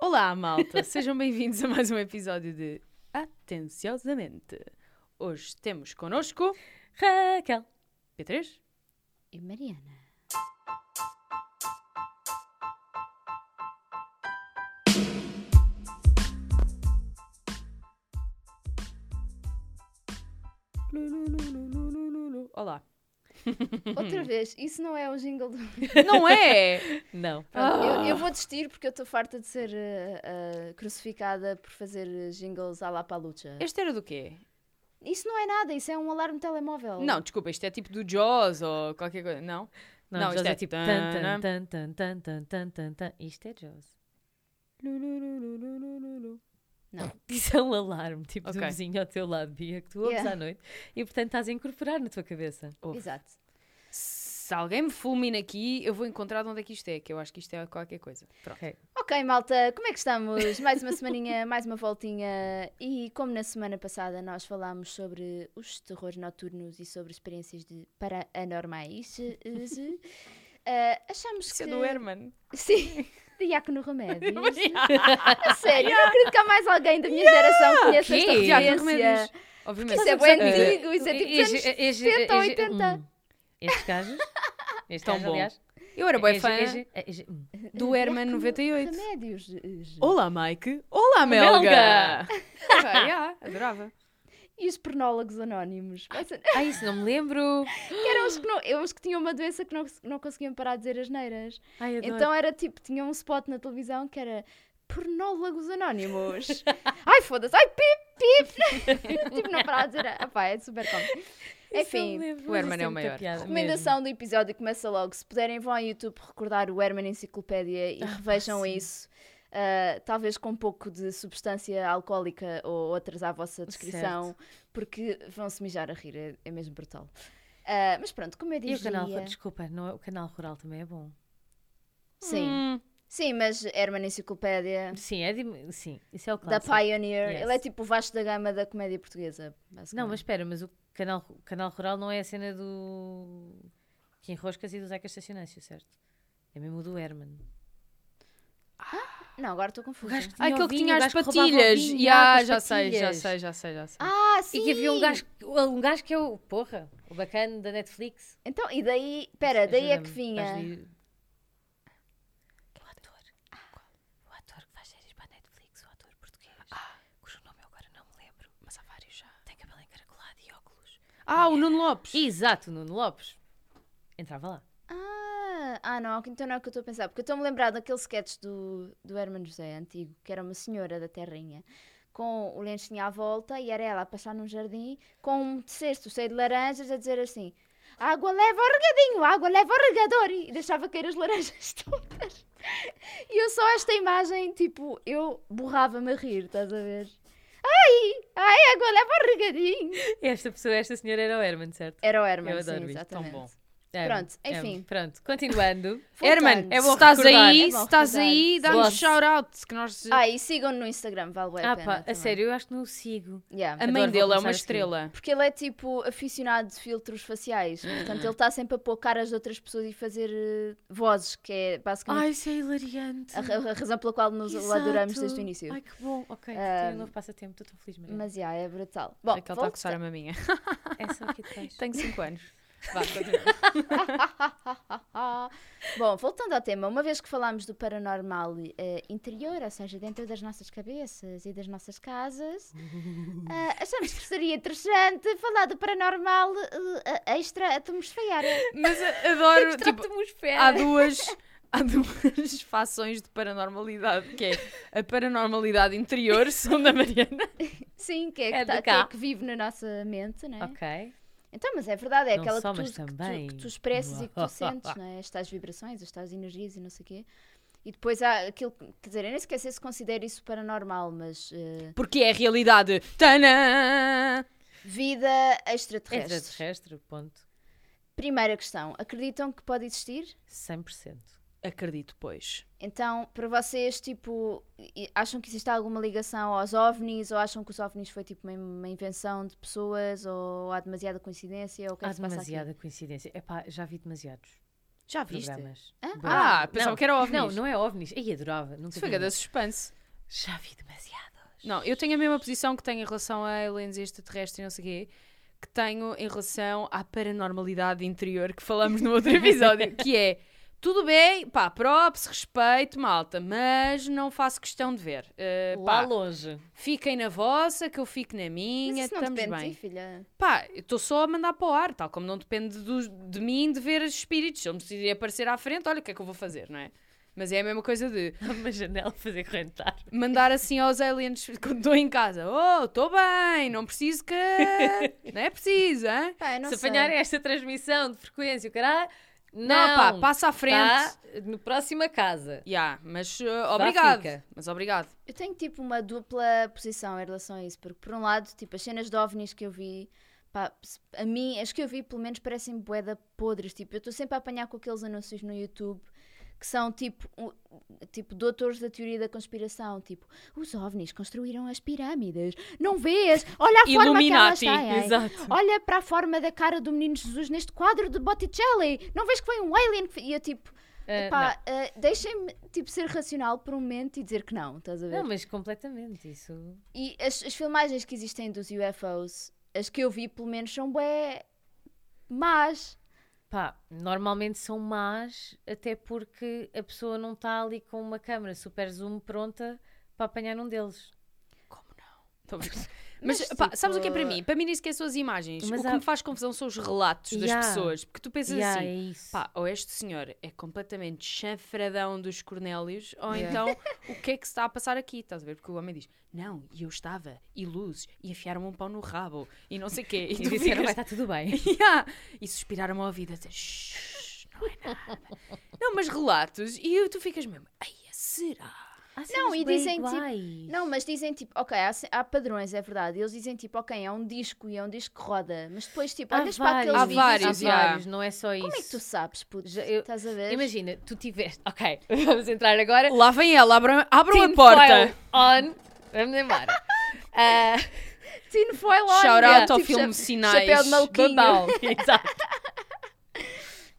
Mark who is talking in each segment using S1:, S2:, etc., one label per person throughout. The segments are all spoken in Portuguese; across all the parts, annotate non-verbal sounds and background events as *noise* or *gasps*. S1: Olá, malta! Sejam bem-vindos a mais um episódio de Atenciosamente. Hoje temos connosco
S2: Raquel
S1: P3.
S2: e Mariana.
S1: Olá.
S3: *laughs* Outra vez, isso não é o jingle do...
S1: Não é?
S2: Não.
S3: Pronto, eu, eu vou desistir porque eu estou farta de ser eh, eh, crucificada por fazer eh, jingles à la palucha.
S1: Este era do quê?
S3: Isso não é nada, isso é um alarme telemóvel.
S1: Não, desculpa, isto é tipo do Jaws ou qualquer coisa. Não?
S2: Não,
S1: Não,
S2: Jaws
S1: isto
S2: é,
S1: é
S2: tipo.
S1: tan,
S2: Tan, tan, tan, tan, tan, tan, tan, tan. Isto é Jaws.
S3: Não.
S2: *laughs* Isso é um alarme, tipo de
S1: Ok.
S2: um vizinho ao teu lado, Bia, que tu ouves
S3: Yeah.
S2: à noite e, portanto, estás a incorporar na tua cabeça.
S3: Exato.
S1: Se alguém me fulmina aqui, eu vou encontrar de onde é que isto é, que eu acho que isto é qualquer coisa. Pronto.
S2: Ok.
S3: Ok, malta, como é que estamos? Mais uma semaninha, *laughs* mais uma voltinha. E como na semana passada nós falámos sobre os terrores noturnos e sobre experiências de paranormais, eh,
S1: *laughs*
S3: eh, achamos
S1: Isso é
S3: que...
S1: do Herman.
S3: Sim, Diácono Remédios. é A sério, eu acredito que há mais alguém da minha geração que conheça esta
S1: Quê? Já, com
S3: referência.
S1: remédios. Obviamente.
S3: Isso é bem antigo, isso é tipo
S2: Eh, E- e-
S3: anos
S2: e- e-
S3: 70 ou
S2: e- e-
S3: 80.
S2: hum. Estes
S1: *laughs*
S2: gajos. Este
S1: Tão
S2: gajo,
S1: bom.
S2: aliás.
S1: Eu era
S3: É,
S1: boa
S2: E-
S1: fã
S2: e- e- e- hum.
S1: do Herman 98.
S3: Remédios. eh,
S2: Oh.
S1: Olá, Mike. Olá, *laughs*
S2: Melga.
S1: Melga. adorava.
S3: E os pernólogos anónimos. Mas,
S2: Ah, isso não me lembro.
S3: que eram os que, não, eram os que tinham uma doença que não, não conseguiam parar de dizer as neiras.
S2: Ai, adoro.
S3: Então era tipo, tinha um spot na televisão que era pernólogos anónimos. ai, foda-se, ai, pip, pip. *laughs* tipo, não parar de dizer. Ah, pá, é super cómico.
S2: Isso não me
S3: Enfim,
S2: lembro,
S1: o
S2: mas
S1: Herman
S2: isso
S1: é
S2: tem
S1: o
S2: muita
S1: maior.
S2: piada
S3: Recomendação do episódio começa logo. Se puderem, vão ao YouTube recordar o Herman Enciclopédia
S2: Ah,
S3: e revejam isso. Ah, talvez com um pouco de substância alcoólica ou outras à vossa descrição, porque vão se mijar a rir, é, é mesmo brutal. Ah, mas pronto, como eu
S2: E
S3: dizia.
S2: o canal, desculpa, não é- o canal rural também é bom.
S3: Sim,
S1: Hum,
S3: sim, mas Herman Enciclopédia,
S2: Sim, é de- sim, isso é o
S3: da
S2: clássico.
S3: Pioneer,
S2: Yes.
S3: ele é tipo o Vasco da Gama da comédia portuguesa.
S2: Não,
S3: basicamente.
S2: mas espera, mas o canal, o canal rural não é a cena do Kim Roscas e do Zeca Estacionâncio, certo? É mesmo o do Herman.
S3: Não, agora estou confusa.
S1: aquele que
S2: ovinho,
S1: tinha
S2: o
S1: as
S2: gajo Ah, que roubava
S1: patilhas.
S2: ovinho,
S1: Ya,
S2: ah, com as
S1: já sei, já
S2: patilhas.
S1: sei, já sei, já sei.
S3: Ah, sim!
S2: E que havia um gajo, um gajo que é o, porra, o bacana da Netflix.
S3: Então, e daí, pera, daí é que
S2: Ajuda-me,
S3: vinha.
S2: faz-lhe- O ator. O ator que faz séries para a Netflix, o ator português. Cujo nome eu agora não me lembro, mas há vários já. Tem cabelo encaracolado e óculos.
S1: Ah, o Nuno Lopes.
S2: Exato, Nuno Lopes. Entrava lá.
S3: Ah, ah, não, então não é o que eu estou a pensar, porque eu estou-me a lembrar daquele sketch do, do Herman José antigo, que era uma senhora da terrinha, com o lencinho à volta e era ela a passar num jardim com um cesto cheio de laranjas a dizer assim: Água leva o regadinho, água leva o regador! E deixava cair as laranjas *laughs* todas. E eu só esta imagem, tipo, eu borrava-me a rir, estás a ver? Ai, ai, água leva o regadinho!
S2: Esta pessoa, esta senhora era o Herman, certo?
S3: Era o Herman,
S2: Eu
S3: sim,
S2: adoro isto,
S1: tão
S3: exatamente. um
S1: bom.
S2: Herman,
S3: Pronto,
S2: Herman.
S3: enfim.
S2: Pronto, continuando.
S3: *laughs*
S1: Herman,
S3: Voltando.
S1: é bom
S2: É bom
S1: se estás
S2: recordar.
S1: aí,
S3: É
S1: se
S3: bom
S1: estás
S3: recordar.
S1: aí, dá-nos
S2: Gosto.
S1: shout-out. Que nós...
S3: Ah, e sigam-no Instagram, vale bué a
S2: Ah
S3: pena.
S2: pá, a
S3: também.
S2: sério, eu acho que não o sigo.
S1: a
S3: Yeah.
S2: adoro,
S1: mãe
S2: vou
S1: dele é
S2: começar
S1: uma
S2: a seguir.
S1: estrela.
S3: Porque ele é tipo aficionado de filtros faciais. Portanto, ele está sempre a pôr caras de outras pessoas e fazer eh, vozes, que é basicamente
S2: isso é hilariante.
S3: a, ra- a razão pela qual nos o adoramos desde o início. Ah,
S2: Ai, que bom. Ok, tenho um novo passatempo. Estou tão feliz, Maria.
S3: Mas já, é brutal. Bom,
S1: Aquele
S2: tá
S1: está tá a é
S3: volta-
S1: coçar a maminha.
S2: Essa É aqui *laughs*
S1: *laughs*
S2: atrás.
S1: Tenho 5 anos. Vá, continua.
S3: *laughs* Bom, voltando ao tema, uma vez que falámos do paranormal eh, interior, ou seja, dentro das nossas cabeças e das nossas casas, eh, achamos que seria interessante falar do paranormal eh, extra-atmosfera.
S1: *laughs* Mas a- adoro, tipo, há duas, há duas *laughs* fações de paranormalidade, que é a paranormalidade interior, *laughs* segundo a Mariana.
S3: Sim, que é, que,
S2: É
S3: tá-
S2: de
S3: que é
S2: cá.
S3: que vive na nossa mente, não é?
S2: Ok.
S3: Então, mas é verdade, é
S2: Não
S3: aquela
S2: só,
S3: que, tu,
S2: mas
S3: que tu-
S2: também.
S3: que tu expressas e que tu
S2: *laughs*
S3: sentes, não é? As tais vibrações, as tais energias e não sei o quê. E depois há aquilo, que- quer dizer, eu nem sequer sei se considero isso paranormal, mas eh,
S1: Porque é a realidade. Tanã!
S3: vida extraterrestre.
S2: Extraterrestre, ponto.
S3: Primeira questão, acreditam que pode existir?
S2: 100%.
S1: Acredito, pois.
S3: Então, para vocês, tipo, e- acham que existe alguma ligação aos ovnis ou acham que os ovnis foi tipo uma, uma invenção de pessoas ou há demasiada coincidência ou o que é
S2: Há
S3: que se passa aqui?
S2: demasiada coincidência. Epá, já vi demasiados
S1: Já
S2: programas.
S1: Ah, pensava
S2: não,
S1: que era ovnis.
S2: Não, não é OVNIs. Aí adorava. Nunca
S1: Isso foi
S2: vi.
S1: grande suspense.
S2: Já vi demasiados.
S1: Não, eu tenho a mesma posição que tenho em relação a aliens e extraterrestres e não sei o quê, que tenho em relação à paranormalidade interior que falamos no
S3: *laughs*
S1: outro episódio, que é tudo bem, pá, props, respeito, malta, mas não faço questão de ver. Uh,
S2: Lá
S1: pá,
S2: longe.
S1: fiquem na vossa, que eu fico na
S3: Mas
S1: minha,
S3: isso não
S1: estamos
S3: depende de
S1: bem.
S3: ti, filha.
S1: Pá, eu estou só a mandar para o ar, tal como não depende dos- de mim de ver os espíritos. Se eu me decidir aparecer à frente, olha o que é que eu vou fazer, não é? Mas é a mesma coisa de
S2: *laughs* Uma janela fazer correntar.
S1: mandar assim aos aliens *laughs* quando estou em casa: Oh, estou bem, não preciso que.
S2: *laughs*
S1: Não é preciso, hein?
S3: Pá, eu não
S2: Se
S3: sei.
S2: apanhar esta transmissão de frequência, o caralho. Não, tá.
S1: Não, pá, passa à frente.
S2: Está no próxima casa.
S1: Ya, mas uh, obrigado.
S2: fica.
S1: Mas obrigado.
S3: Eu tenho tipo uma dupla posição em relação a isso, porque por um lado, tipo, as cenas de ovnis que eu vi, pá, se- a mim, as que eu vi pelo menos parecem boeda podres, tipo, eu estou sempre a apanhar com aqueles anúncios no YouTube que são tipo, um- tipo doutores da teoria da conspiração, tipo, os ovnis construíram as pirâmides, não vês? Olha a forma que é.
S1: Illuminati,
S3: elas têm.
S2: Exato.
S3: Olha para a forma da cara do menino Jesus neste quadro de Botticelli. Não vês que foi um alien? que fe-" E eu tipo,
S2: Ah,
S3: pá, ah, deixem-me tipo, ser racional por um momento e dizer que não, estás a ver?
S2: não. não, mas completamente. Isso.
S3: E as, as filmagens que existem dos UFOs, as que eu vi pelo menos são bué más.
S2: Pá, normalmente são más, até porque a pessoa não está ali com uma câmera super zoom pronta para apanhar um deles.
S1: Como não? Tô a ver. Mas,
S3: Mas,
S1: pá,
S3: tipo,
S1: sabes o que é para mim? Para mim nem sequer são as imagens.
S2: Mas
S1: o que
S2: há-
S1: me faz confusão são os relatos
S2: Ya.
S1: das pessoas. Porque tu pensas
S2: Yeah,
S1: assim,
S2: é isso.
S1: Pá, ou este senhor é completamente chanfradão dos Cornélios, ou
S2: Yeah.
S1: *laughs* então o que é que se está a passar aqui? Estás a ver? Porque o homem diz: Não, e eu estava, e luzes, e enfiaram um pau no rabo, e não sei o quê. *laughs* E,
S2: *laughs* e
S1: tu
S2: disseram, vai
S1: ficas,
S2: estar tudo bem.
S1: "Yeah", E suspiraram ao ouvido a dizer: "Shhh, não é nada. não, mas relatos, e tu ficas mesmo: Ai, é, será?
S2: Há
S3: Não,
S2: cenas
S3: e
S2: Ah, bué
S3: dizem, tipo,
S2: iguais.
S3: Não, mas dizem tipo, ok, há, ce- há padrões, é verdade. Eles dizem tipo, ok, é um disco e é um disco que roda. Mas depois tipo,
S2: Há
S3: olhas para aqueles
S1: Há
S3: vídeos e
S1: vários,
S3: tu-
S1: já.
S2: não é só isso.
S3: Como é que tu sabes, puto?
S2: Já- eu-
S3: Estás a ver?
S2: Imagina, tu tiveste. Ok, *laughs* vamos entrar agora.
S1: Lá vem ela, abram, abram a
S2: Tin
S1: porta.
S2: foil On. Vamos embora. Ah,
S3: Tino foi lá.
S1: Shout out ao
S3: tipo,
S1: filme
S3: cha-
S1: Sinais.
S3: Chapéu de maluquinho.
S2: babau. *laughs* Exato.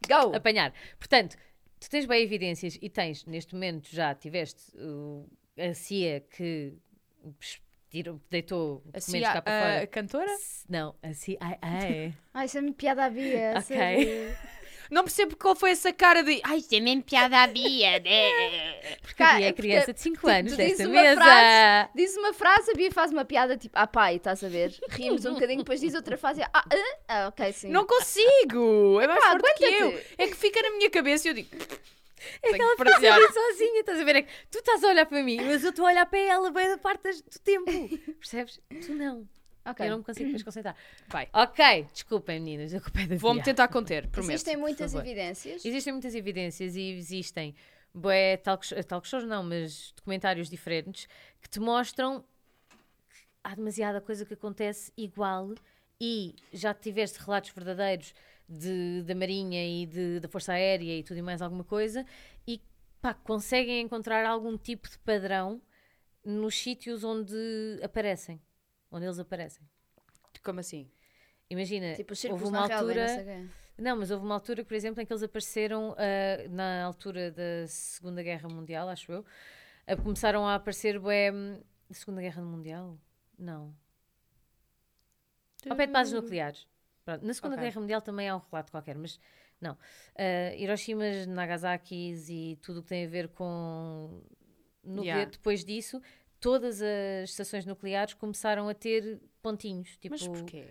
S3: Go.
S2: Apanhar. Portanto, tu tens bem evidências e tens, neste momento, já tiveste uh, a CIA que pes- tirou- deitou
S1: A,
S2: documentos cá para
S1: Cia- ah, a
S2: fora.
S1: cantora?
S2: S- Não, a CIA.
S3: Ai, isso é muito piada a Bia. a
S2: Ok.
S3: sério.
S1: Não percebo qual foi essa cara de. Ai, isso é mesmo piada a Bia, né?
S2: Porque
S3: Cá,
S2: havia
S3: é porque
S2: criança de 5
S3: tu- tu
S2: anos
S3: dizes
S2: desta
S3: uma
S2: mesa.
S3: frase. Diz uma frase, a Bia faz uma piada tipo, ah pai, estás a
S2: *laughs*
S3: ver? Rimos um bocadinho, depois diz outra frase, ah, ah, ah ok, sim.
S1: Não consigo! É mais
S3: Epá,
S1: forte que eu!
S3: aguenta-te.
S1: É que fica na minha cabeça e eu *laughs* digo.
S2: É que ela
S1: que
S2: fica
S1: partilhar.
S2: ali sozinha, estás a ver? É que tu estás a olhar para mim, mas eu estou a olhar para ela bem da parte das- do tempo. Percebes? Tu não.
S3: Ok.
S2: Eu não me consigo depois concentrar.
S1: Vai.
S2: Ok, desculpem, meninas, a culpa é da
S1: Vou-me
S2: Bia.
S1: tentar conter, prometo.
S3: Existem muitas
S2: favor.
S3: evidências.
S2: Existem muitas evidências e existem bué, talk, sh- talk shows, não, mas documentários diferentes que te mostram que há demasiada coisa que acontece igual e já tiveste relatos verdadeiros de- da Marinha e de- da Força Aérea e tudo e mais alguma coisa e pá, conseguem encontrar algum tipo de padrão nos sítios onde aparecem, onde eles aparecem.
S1: Como assim?
S2: Imagina,
S3: Tipo, os
S2: houve
S3: círculos
S2: uma
S3: na
S2: altura...
S3: altura... não
S2: Não, mas houve uma altura, por exemplo, em que eles apareceram ah, na altura da Segunda Guerra Mundial, acho eu. Ah, começaram a aparecer bué, hum, Segunda Guerra Mundial? Não. Ao pé de bases nucleares. Pronto, Na Segunda
S1: Hum. Ok.
S2: Guerra Mundial também há um relato qualquer, mas não. Ah, Hiroshimas, Nagasakis e tudo o que tem a ver com nuclear.
S1: Yeah.
S2: Depois disso, todas as estações nucleares começaram a ter pontinhos. Tipo,
S1: Mas porquê?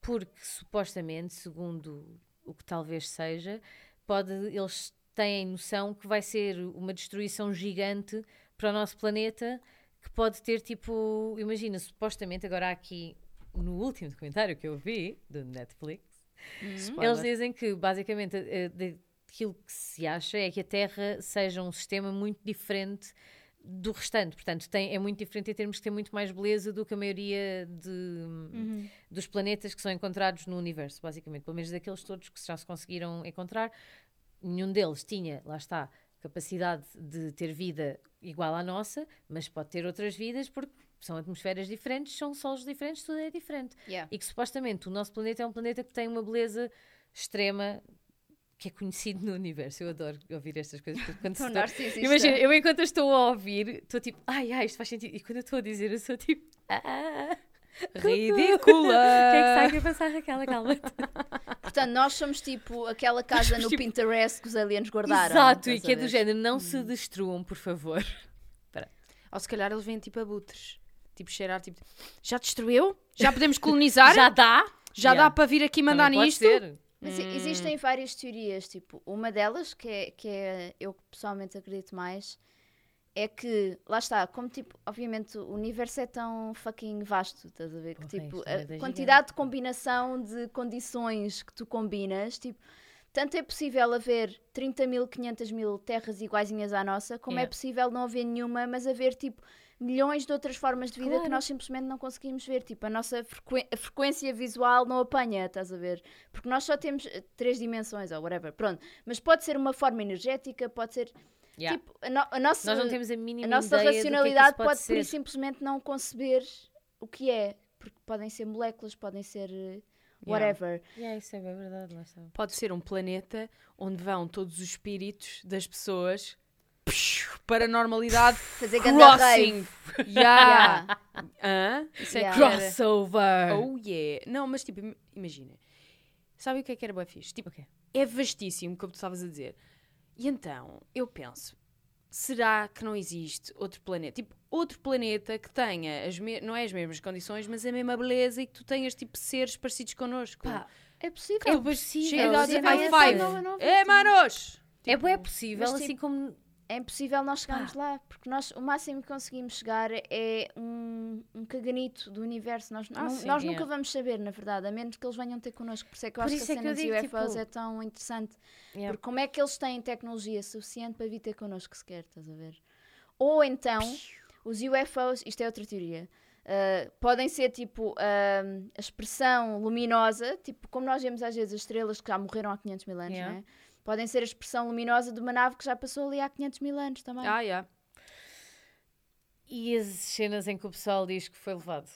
S2: porque supostamente, segundo o que talvez seja, pode, eles têm noção que vai ser uma destruição gigante para o nosso planeta, que pode ter tipo, imagina, supostamente agora há aqui no último documentário que eu vi do Netflix,
S1: hum,
S2: eles
S1: Spoiler.
S2: dizem que basicamente eh, de- aquilo que se acha é que a Terra seja um sistema muito diferente do restante, portanto tem, é muito diferente em termos que tem muito mais beleza do que a maioria de, dos planetas que são encontrados no universo, basicamente. Pelo menos daqueles todos que já se conseguiram encontrar, nenhum deles tinha, lá está, capacidade de ter vida igual à nossa, mas pode ter outras vidas porque são atmosferas diferentes, são solos diferentes, tudo é *laughs* diferente.
S3: Yeah.
S2: E que supostamente o nosso planeta é um planeta que tem uma beleza extrema que é conhecido no universo. Eu adoro ouvir estas coisas. porque *laughs* Quando se
S3: Tão
S2: torna-
S3: narcisista.
S2: Imagina, eu enquanto eu estou a ouvir, estou tipo, ai, ai, isto faz sentido. E quando eu estou a dizer, eu sou tipo, ah, *laughs*
S1: Ridícula!
S2: O que é que está aqui a passar, *laughs* Raquel? Calma.
S3: Portanto, nós somos tipo aquela casa no
S2: tipo-
S3: Pinterest que os aliens guardaram.
S2: Exato, e
S3: estás a
S2: que é do
S3: ver?
S2: género, não se destruam, por favor.
S1: Ou se calhar eles vêm tipo abutres. Tipo cheirar, tipo... Já destruiu? Já *laughs* podemos colonizar?
S2: Já dá?
S1: Já
S2: Yeah.
S1: dá para vir aqui mandar
S2: Também pode
S1: nisto?
S2: ser.
S3: Mas e- existem várias teorias, tipo, uma delas, que é, que é eu que pessoalmente acredito mais, é que, lá está, como tipo, obviamente o universo é tão fucking vasto, estás a ver? Que
S2: Porra,
S3: tipo,
S2: isto é da
S3: a quantidade de combinação de condições que tu combinas, tipo, tanto é possível haver 30 mil, 500 mil terras iguaizinhas à nossa, como é
S2: Yeah.
S3: possível não haver nenhuma, mas haver tipo milhões de outras formas de vida que
S2: Claro.
S3: nós simplesmente não conseguimos ver. Tipo, a nossa frequ- a frequência visual não apanha, estás a ver? Porque nós só temos eh, três dimensões ou whatever, pronto. Mas pode ser uma forma energética, pode ser.
S2: Yeah.
S3: Tipo, a, no- a nossa,
S2: Nós não temos a mínima
S3: a nossa
S2: ideia do que é que
S3: racionalidade
S2: isso pode,
S3: pode, por
S2: ser.
S3: isso, simplesmente não conceber o que é. Porque podem ser moléculas, podem ser eh, whatever.
S2: Yeah, isso é bem verdade, lá está.
S1: Pode ser um planeta onde vão todos os espíritos das pessoas. Psh, Paranormalidade.
S3: Fazer ganda rave.
S1: Crossing.
S2: Ah,
S1: *laughs* Yeah.
S2: *laughs*
S3: Yeah.
S1: Hã? Isso é
S3: Yeah.
S1: que era.
S2: Crossover!
S1: Oh yeah. Não, mas tipo, im- imagina. Sabe o que é que era bué fixe? Tipo,
S2: O quê?
S1: é vastíssimo, como tu estavas a dizer. E então, eu penso, será que não existe outro planeta? Tipo, outro planeta que tenha, as me- não é as mesmas condições, mas a mesma beleza e que tu tenhas, tipo, seres parecidos connosco.
S2: Pá,
S3: É
S1: É
S3: possível.
S2: possível.
S1: Chega a
S3: Sim,
S1: dizer
S3: não,
S1: high
S3: essa
S1: five.
S3: não, eu não vi,
S1: É,
S3: tipo-
S1: manos!
S2: É, bué possível,
S3: mas
S2: assim como
S3: É impossível nós chegarmos lá, porque nós o máximo que conseguimos chegar é um, um caganito do universo. Nós,
S1: Ah,
S3: não-
S1: sim,
S3: nós
S2: é.
S3: nunca vamos saber, na verdade, a menos que eles venham ter connosco. Por isso é que eu
S2: Por
S3: acho
S2: isso
S3: que a
S2: é que
S3: cena
S2: eu
S3: dos
S2: digo,
S3: UFOs
S2: tipo-
S3: é tão interessante.
S2: Yeah.
S3: Porque como é que eles têm tecnologia suficiente para vir ter connosco sequer, estás a ver? Ou então, os UFOs, isto é outra teoria, ah, podem ser tipo ah, a expressão luminosa, tipo como nós vemos às vezes as estrelas que já morreram há 500 mil anos,
S2: Yeah.
S3: não é? Podem ser a expressão luminosa de uma nave que já passou ali há 500 mil anos também.
S1: Ah, yeah.
S2: E as cenas em que o pessoal diz que foi levado?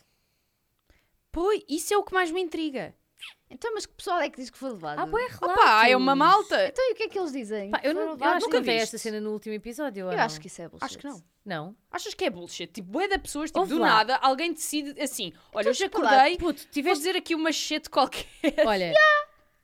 S1: Pô, isso é o que mais me intriga.
S3: Então, mas que pessoal é que diz que foi levado? Ah,
S1: Opa, é uma malta.
S3: Então, e o que é que eles dizem?
S2: Ah, Pá, eu,
S3: Foram
S2: não, eu
S3: levados?
S2: acho que
S1: nunca
S2: não vi
S1: viste.
S2: esta cena no último episódio. ou
S3: Eu
S2: não?
S3: acho que isso é bullshit.
S1: Acho que não.
S3: *laughs*
S2: Não.
S1: Achas que é bullshit? Tipo, bué de pessoas, tipo,
S2: Ouve
S1: do
S2: lá. Então
S1: nada, alguém decide assim: olha, eu já
S3: espera lá,
S1: acordei,
S2: Puto,
S1: vou
S2: tiveste.
S1: dizer aqui uma shit qualquer.
S2: Olha,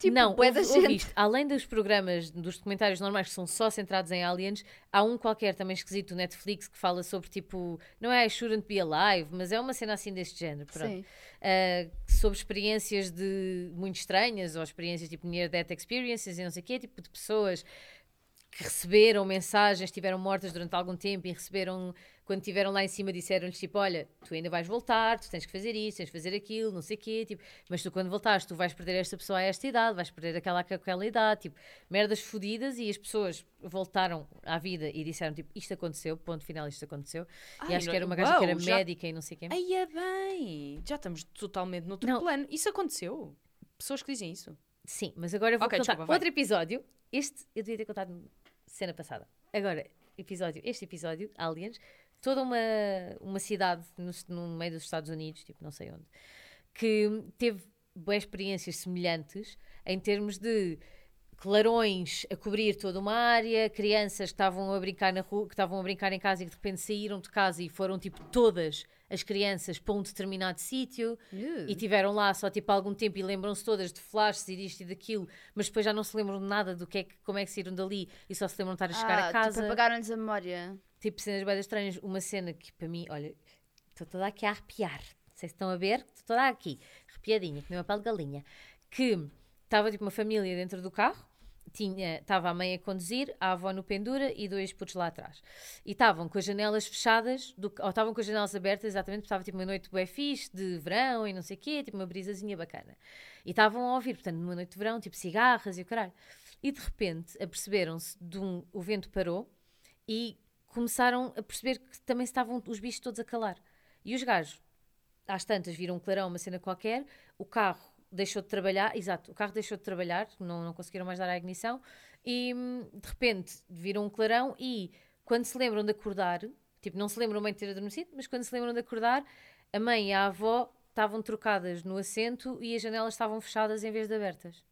S3: Tipo,
S2: não,
S3: bué da
S2: houve-
S3: gente.
S2: houve isto. além dos programas, dos documentários normais que são só centrados em aliens, há um qualquer também esquisito do Netflix que fala sobre tipo. Não é I shouldn't be alive, mas é uma cena assim deste género. Pronto.
S3: Sim.
S2: Uh, sobre experiências de muito estranhas ou experiências tipo near death experiences e não sei o quê, tipo de pessoas que receberam mensagens, estiveram mortas durante algum tempo e receberam quando estiveram lá em cima disseram-lhes tipo, olha, tu ainda vais voltar, tu tens que fazer isto, tens que fazer aquilo, não sei o quê, tipo, mas tu quando voltares, tu vais perder esta pessoa a esta idade, vais perder aquela com aquela idade, tipo, merdas fodidas e as pessoas voltaram à vida e disseram tipo, isto aconteceu, ponto final, isto aconteceu. e
S1: Ai,
S2: acho
S1: não-
S2: que era uma gaja que
S1: uau,
S2: era
S1: já-
S2: médica e não sei o quê.
S1: Aí é bem, já estamos totalmente noutro
S2: Não.
S1: plano. Isso aconteceu. Pessoas que dizem isso.
S2: Sim, mas agora eu vou
S1: Ok,
S2: contar
S1: desculpa, vai.
S2: outro episódio. Este eu devia ter contado cena passada. Agora, episódio, este episódio, Aliens, toda uma, uma cidade no, no meio dos Estados Unidos, tipo não sei onde, que teve boas experiências semelhantes em termos de clarões a cobrir toda uma área, crianças que estavam a brincar na rua, que estavam a brincar em casa e que de repente saíram de casa e foram tipo todas as crianças para um determinado sítio
S3: Hum.
S2: e tiveram lá só tipo algum tempo e lembram-se todas de flashes e disto e daquilo, mas depois já não se lembram de nada do que é que, como é que saíram dali e só se lembram de estar a chegar
S3: Ah,
S2: a casa.
S3: Tipo, apagaram-lhes a memória.
S2: Tipo cenas bem estranhas. Uma cena que para mim, olha, estou toda aqui a arrepiar. Não sei se estão a ver, estou toda aqui, arrepiadinha, que nem uma pele de galinha. Que estava tipo uma família dentro do carro, tinha, estava a mãe a conduzir, a avó no pendura e dois putos lá atrás. E estavam com as janelas fechadas, do, ou estavam com as janelas abertas, exatamente, porque estava tipo uma noite bué fixe, de verão e não sei o quê, tipo uma brisazinha bacana. E estavam a ouvir, portanto, numa noite de verão, tipo cigarras e o caralho. E de repente aperceberam-se de um. O vento parou e começaram a perceber que também estavam os bichos todos a calar. E os gajos, às tantas, viram um clarão, uma cena qualquer, o carro deixou de trabalhar, exato, o carro deixou de trabalhar, não, não conseguiram mais dar à ignição, e hum, de repente viram um clarão e quando se lembram de acordar, tipo, não se lembram bem de ter adormecido, mas quando se lembram de acordar, a mãe e a avó estavam trocadas no assento e as janelas estavam fechadas em vez de abertas.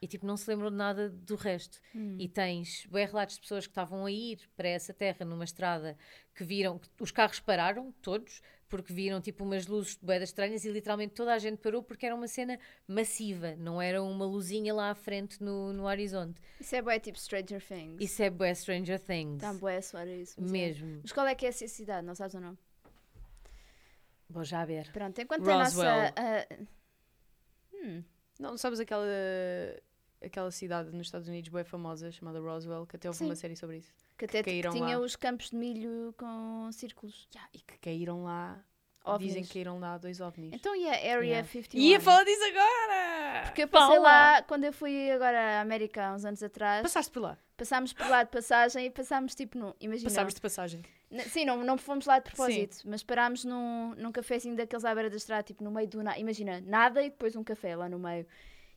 S2: e tipo não se lembram de nada do resto. E tens bem relatos de pessoas que estavam a ir para essa terra numa estrada que viram que os carros pararam todos porque viram tipo umas luzes de boedas estranhas e literalmente toda a gente parou porque era uma cena massiva, não era uma luzinha lá à frente no, no horizonte.
S3: Isso é bué tipo Stranger Things.
S2: Isso é bué Stranger Things.
S3: Tá bué soar isso. mas é.
S2: Mesmo.
S3: Mas qual é que é essa cidade? Não sabes o nome?
S2: Vou já ver.
S3: Pronto, enquanto a
S1: Roswell.
S3: nossa... ah,
S1: Não, não sabes aquela, aquela cidade nos Estados Unidos bem famosa chamada Roswell, que até houve
S3: Sim.
S1: uma série sobre isso.
S3: que até t-
S1: caíram
S3: tinha
S1: lá.
S3: os campos de milho com círculos.
S1: Ya, e que caíram lá.
S3: Ovnis.
S1: Dizem que caíram lá dois ovnis. um
S3: Então e a Area
S2: é Yeah.
S3: 51?
S1: Ia falar disso agora!
S3: Porque eu
S1: Fala
S3: passei lá, quando eu fui agora à América há uns anos atrás,
S1: Passaste por lá.
S3: passámos por lá de passagem e passámos tipo num. Imagina.
S1: Passámos de passagem.
S3: N- Sim, não, não fomos lá de propósito, mas parámos num, num cafezinho daqueles à beira da estrada, tipo no meio do nada. Imagina, nada e depois um café lá no meio.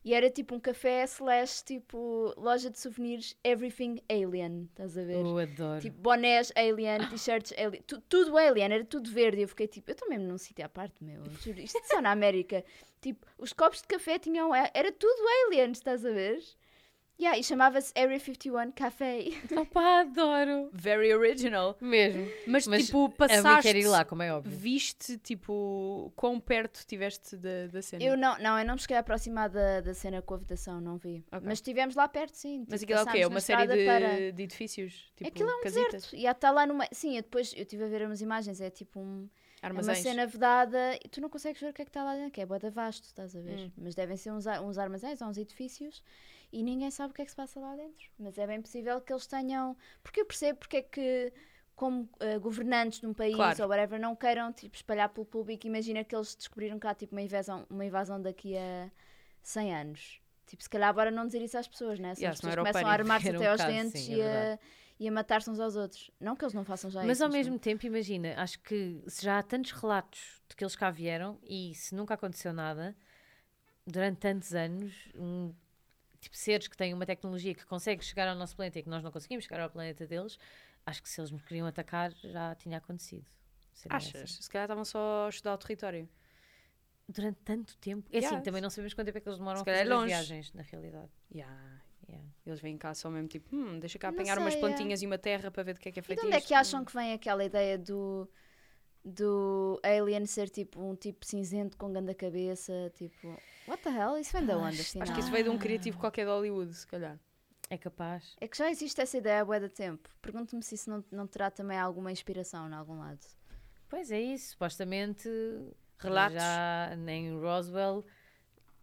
S3: E era tipo um café slash tipo loja de souvenirs, everything alien, estás a ver?
S2: Eu adoro.
S3: Tipo bonés alien, t-shirts alien, tu- tudo alien, era tudo verde. Eu fiquei tipo, eu estou mesmo num sítio à parte, meu, eu juro, isto é só na América. *laughs* Tipo, os copos de café tinham, é, era tudo alien, estás a ver? Yeah, e chamava-se Area 51 Café.
S2: Tipo, Opa, adoro.
S1: Very original.
S2: Mesmo.
S1: Mas,
S2: Mas
S1: tipo,
S2: Passaste... Eu
S1: passaste.
S2: quero ir lá, como é óbvio.
S1: Viste, tipo, quão perto tiveste da, da cena.
S3: Eu não, não, eu não me cheguei a aproximar da, da cena com a votação, não vi.
S1: Ok.
S3: Mas estivemos lá perto, sim.
S1: Mas
S3: Tipo,
S1: aquilo é o quê?
S3: passámos
S1: É
S3: na
S1: uma série
S3: estrada
S1: de,
S3: para-
S1: de edifícios? Tipo,
S3: Aquilo é um
S1: casitas,
S3: deserto. E há- está lá numa. Sim, eu depois eu estive a ver umas imagens, é tipo um, é uma
S1: Armazéns.
S3: cena vedada e tu não consegues ver o que é que está lá dentro, que é boa vasto, estás a ver?
S2: Hum.
S3: Mas devem ser uns, a- uns armazéns ou uns edifícios e ninguém sabe o que é que se passa lá dentro. Mas é bem possível que eles tenham. Porque eu percebo porque é que. Como eh, governantes de um país
S1: Claro.
S3: ou whatever, não queiram tipo, espalhar pelo público. Imagina que eles descobriram que há tipo, uma, invasão, uma invasão daqui a 100 anos. Tipo, se calhar agora não dizer isso às pessoas, né? Se
S1: Yeah,
S3: as
S1: senão
S3: pessoas
S1: era o
S3: começam a
S2: *laughs*
S1: pânico.
S3: armar-se
S2: Era um
S3: até aos
S2: bocado,
S3: dentes
S2: sim, é
S3: e, a,
S2: verdade.
S3: e a matar-se uns aos outros. Não que eles não façam já
S2: Mas
S3: isso.
S2: ao mesmo tempo, imagina, acho que se já há tantos relatos de que eles cá vieram e se nunca aconteceu nada, durante tantos anos, um, tipo seres que têm uma tecnologia que consegue chegar ao nosso planeta e que nós não conseguimos chegar ao planeta deles, acho que se eles nos queriam atacar já tinha acontecido. assim. Cena
S1: Achas?
S2: dessas.
S1: Se calhar estavam só a estudar o território.
S2: Durante tanto tempo. É assim,
S1: Yeah.
S2: também não sabemos quanto tempo é que eles demoram
S1: Se
S2: a
S1: calhar é
S2: fazer as
S1: longe.
S2: viagens, na realidade.
S1: Yeah.
S2: Yeah.
S1: Eles vêm cá só mesmo tipo, hum, deixa cá
S3: Não
S1: apanhar umas
S3: sei, é.
S1: plantinhas e uma terra para ver do que é que é
S3: E
S1: feito
S3: de onde é
S1: isto.
S3: que acham que vem aquela ideia do, do alien ser tipo um tipo cinzento com ganda cabeça? Tipo, what the hell? Isso vem da onde? Afinal?
S1: Ah, Acho que isso veio de um criativo qualquer de Hollywood, se calhar.
S2: É capaz.
S3: É que já existe essa ideia há bué de tempo. Pergunto-me se isso não, não terá também alguma inspiração em algum lado.
S2: Pois é isso, supostamente
S1: Relatos.
S2: já nem Roswell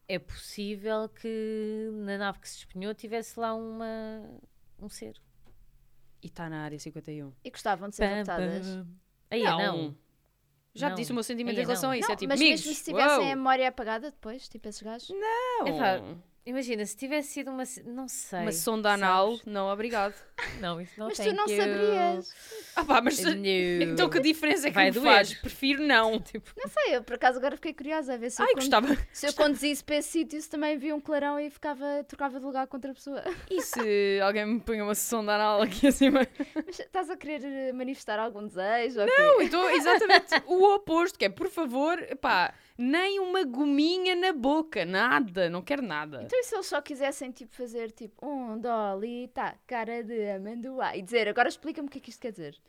S2: é possível que na nave que se despenhou tivesse lá uma um ser.
S1: E está na área 51.
S3: E gostavam de ser
S2: Pam, pam.
S3: adaptadas.
S2: Aí é não.
S1: Já
S2: Não.
S1: te disse o meu sentimento
S2: Aí
S1: em relação
S2: não.
S1: a isso. é tipo,
S3: mas
S1: amigos,
S3: mesmo se tivessem
S1: uou,
S3: a memória apagada depois, tipo esses gajos,
S1: não.
S2: Epá, Imagina se tivesse sido uma se- não sei.
S1: Uma sonda anal,
S2: sabes?
S1: não, obrigado. *laughs*
S2: Não, isso não
S3: mas tu
S2: thank
S3: não
S2: you.
S3: sabrias.
S1: Ah pá, mas
S3: É
S1: se-
S2: No.
S1: *laughs* então que diferença é que
S2: Vai
S1: me
S2: doer.
S1: faz? Prefiro
S2: *laughs*
S1: não. Tipo,
S3: Não sei, eu por acaso agora fiquei curiosa a ver se eu
S1: ai,
S3: condu-
S1: gostava.
S3: Se eu conduzisse para esse sítio, se também via um clarão e ficava, trocava de lugar com outra pessoa.
S1: E se alguém me punha uma sonda anal aqui *laughs* acima?
S3: Mas estás a querer eh, manifestar algum desejo? ou quê?
S1: Não, então exatamente o oposto, que é, por favor, pá, nem uma gominha na boca, nada, não quero nada.
S3: Então e se eles só quisessem tipo, fazer tipo um dolly, tá, cara de amendoá e dizer agora explica-me o que é que isto quer dizer?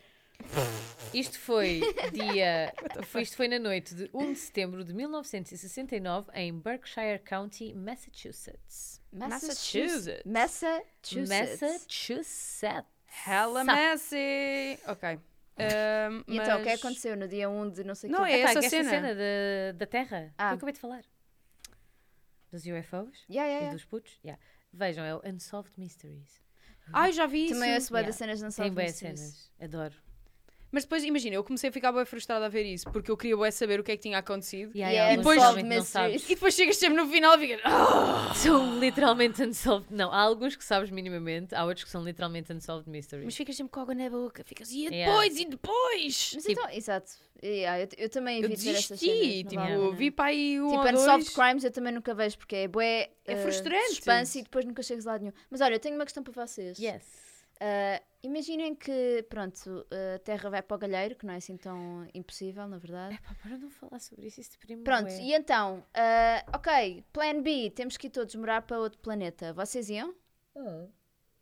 S2: Isto foi dia. foi- isto foi na noite de 1 de setembro de 1969 em Berkshire County, Massachusetts.
S1: Massachusetts.
S3: Massachusetts.
S2: Massachusetts.
S1: Hella
S2: Sabe.
S1: messy! Ok. Ahm,
S3: E então o que é
S1: mas-
S3: que aconteceu no dia 1 de não sei o
S1: Não,
S3: quê?
S1: é
S2: Epá,
S1: essa
S2: que
S1: cena.
S2: da, da Terra que
S3: Ah.
S2: eu acabei de falar. Dos UFOs
S1: é
S3: Yeah, yeah,
S2: e
S3: yeah.
S2: dos putos. yeah. Vejam, é o Unsolved Mysteries.
S1: Ai, já vi isso.
S3: Também ouço bué
S2: yeah.
S3: das cenas não
S2: Tem
S3: sabem
S2: boas cenas. Adoro.
S1: Mas depois, imagina, eu comecei a ficar bem frustrada a ver isso, porque eu queria bem saber o que é que tinha acontecido.
S2: Yeah,
S3: E
S2: yeah,
S3: é
S2: eu
S1: depois-
S2: literalmente não
S3: Mysteries. *laughs*
S2: sabes.
S1: E depois chegas sempre no final e ficas. "Ah!"
S2: São literalmente Unsolved. Não, há alguns que sabes minimamente, há outros que são literalmente Unsolved Mysteries.
S1: Mas ficas sempre com água na boca, ficas. E
S2: Yeah.
S1: depois, e depois?
S3: Mas então, exato. Yeah, eu, eu também
S1: Tipo, Eu
S3: evito ver essas
S1: desisti,
S3: cenas, não
S1: tipo,
S3: vale a pena.
S1: vi para aí um
S3: Tipo,
S1: ou dois.
S3: Unsolved Crimes eu também nunca vejo porque é bué.
S1: É
S3: eh,
S1: frustrante.
S3: Suspense e depois nunca chegas a lado nenhum. Mas olha, eu tenho uma questão para vocês.
S2: Yes.
S3: Eh, Imaginem que, pronto, a Terra vai para o galheiro, que não é assim tão impossível, na verdade.
S2: Epá, para não é. falar sobre isso, isso deprime
S3: Pronto, e então, ah, ok, plan B, temos que ir todos morar para outro planeta. Vocês iam?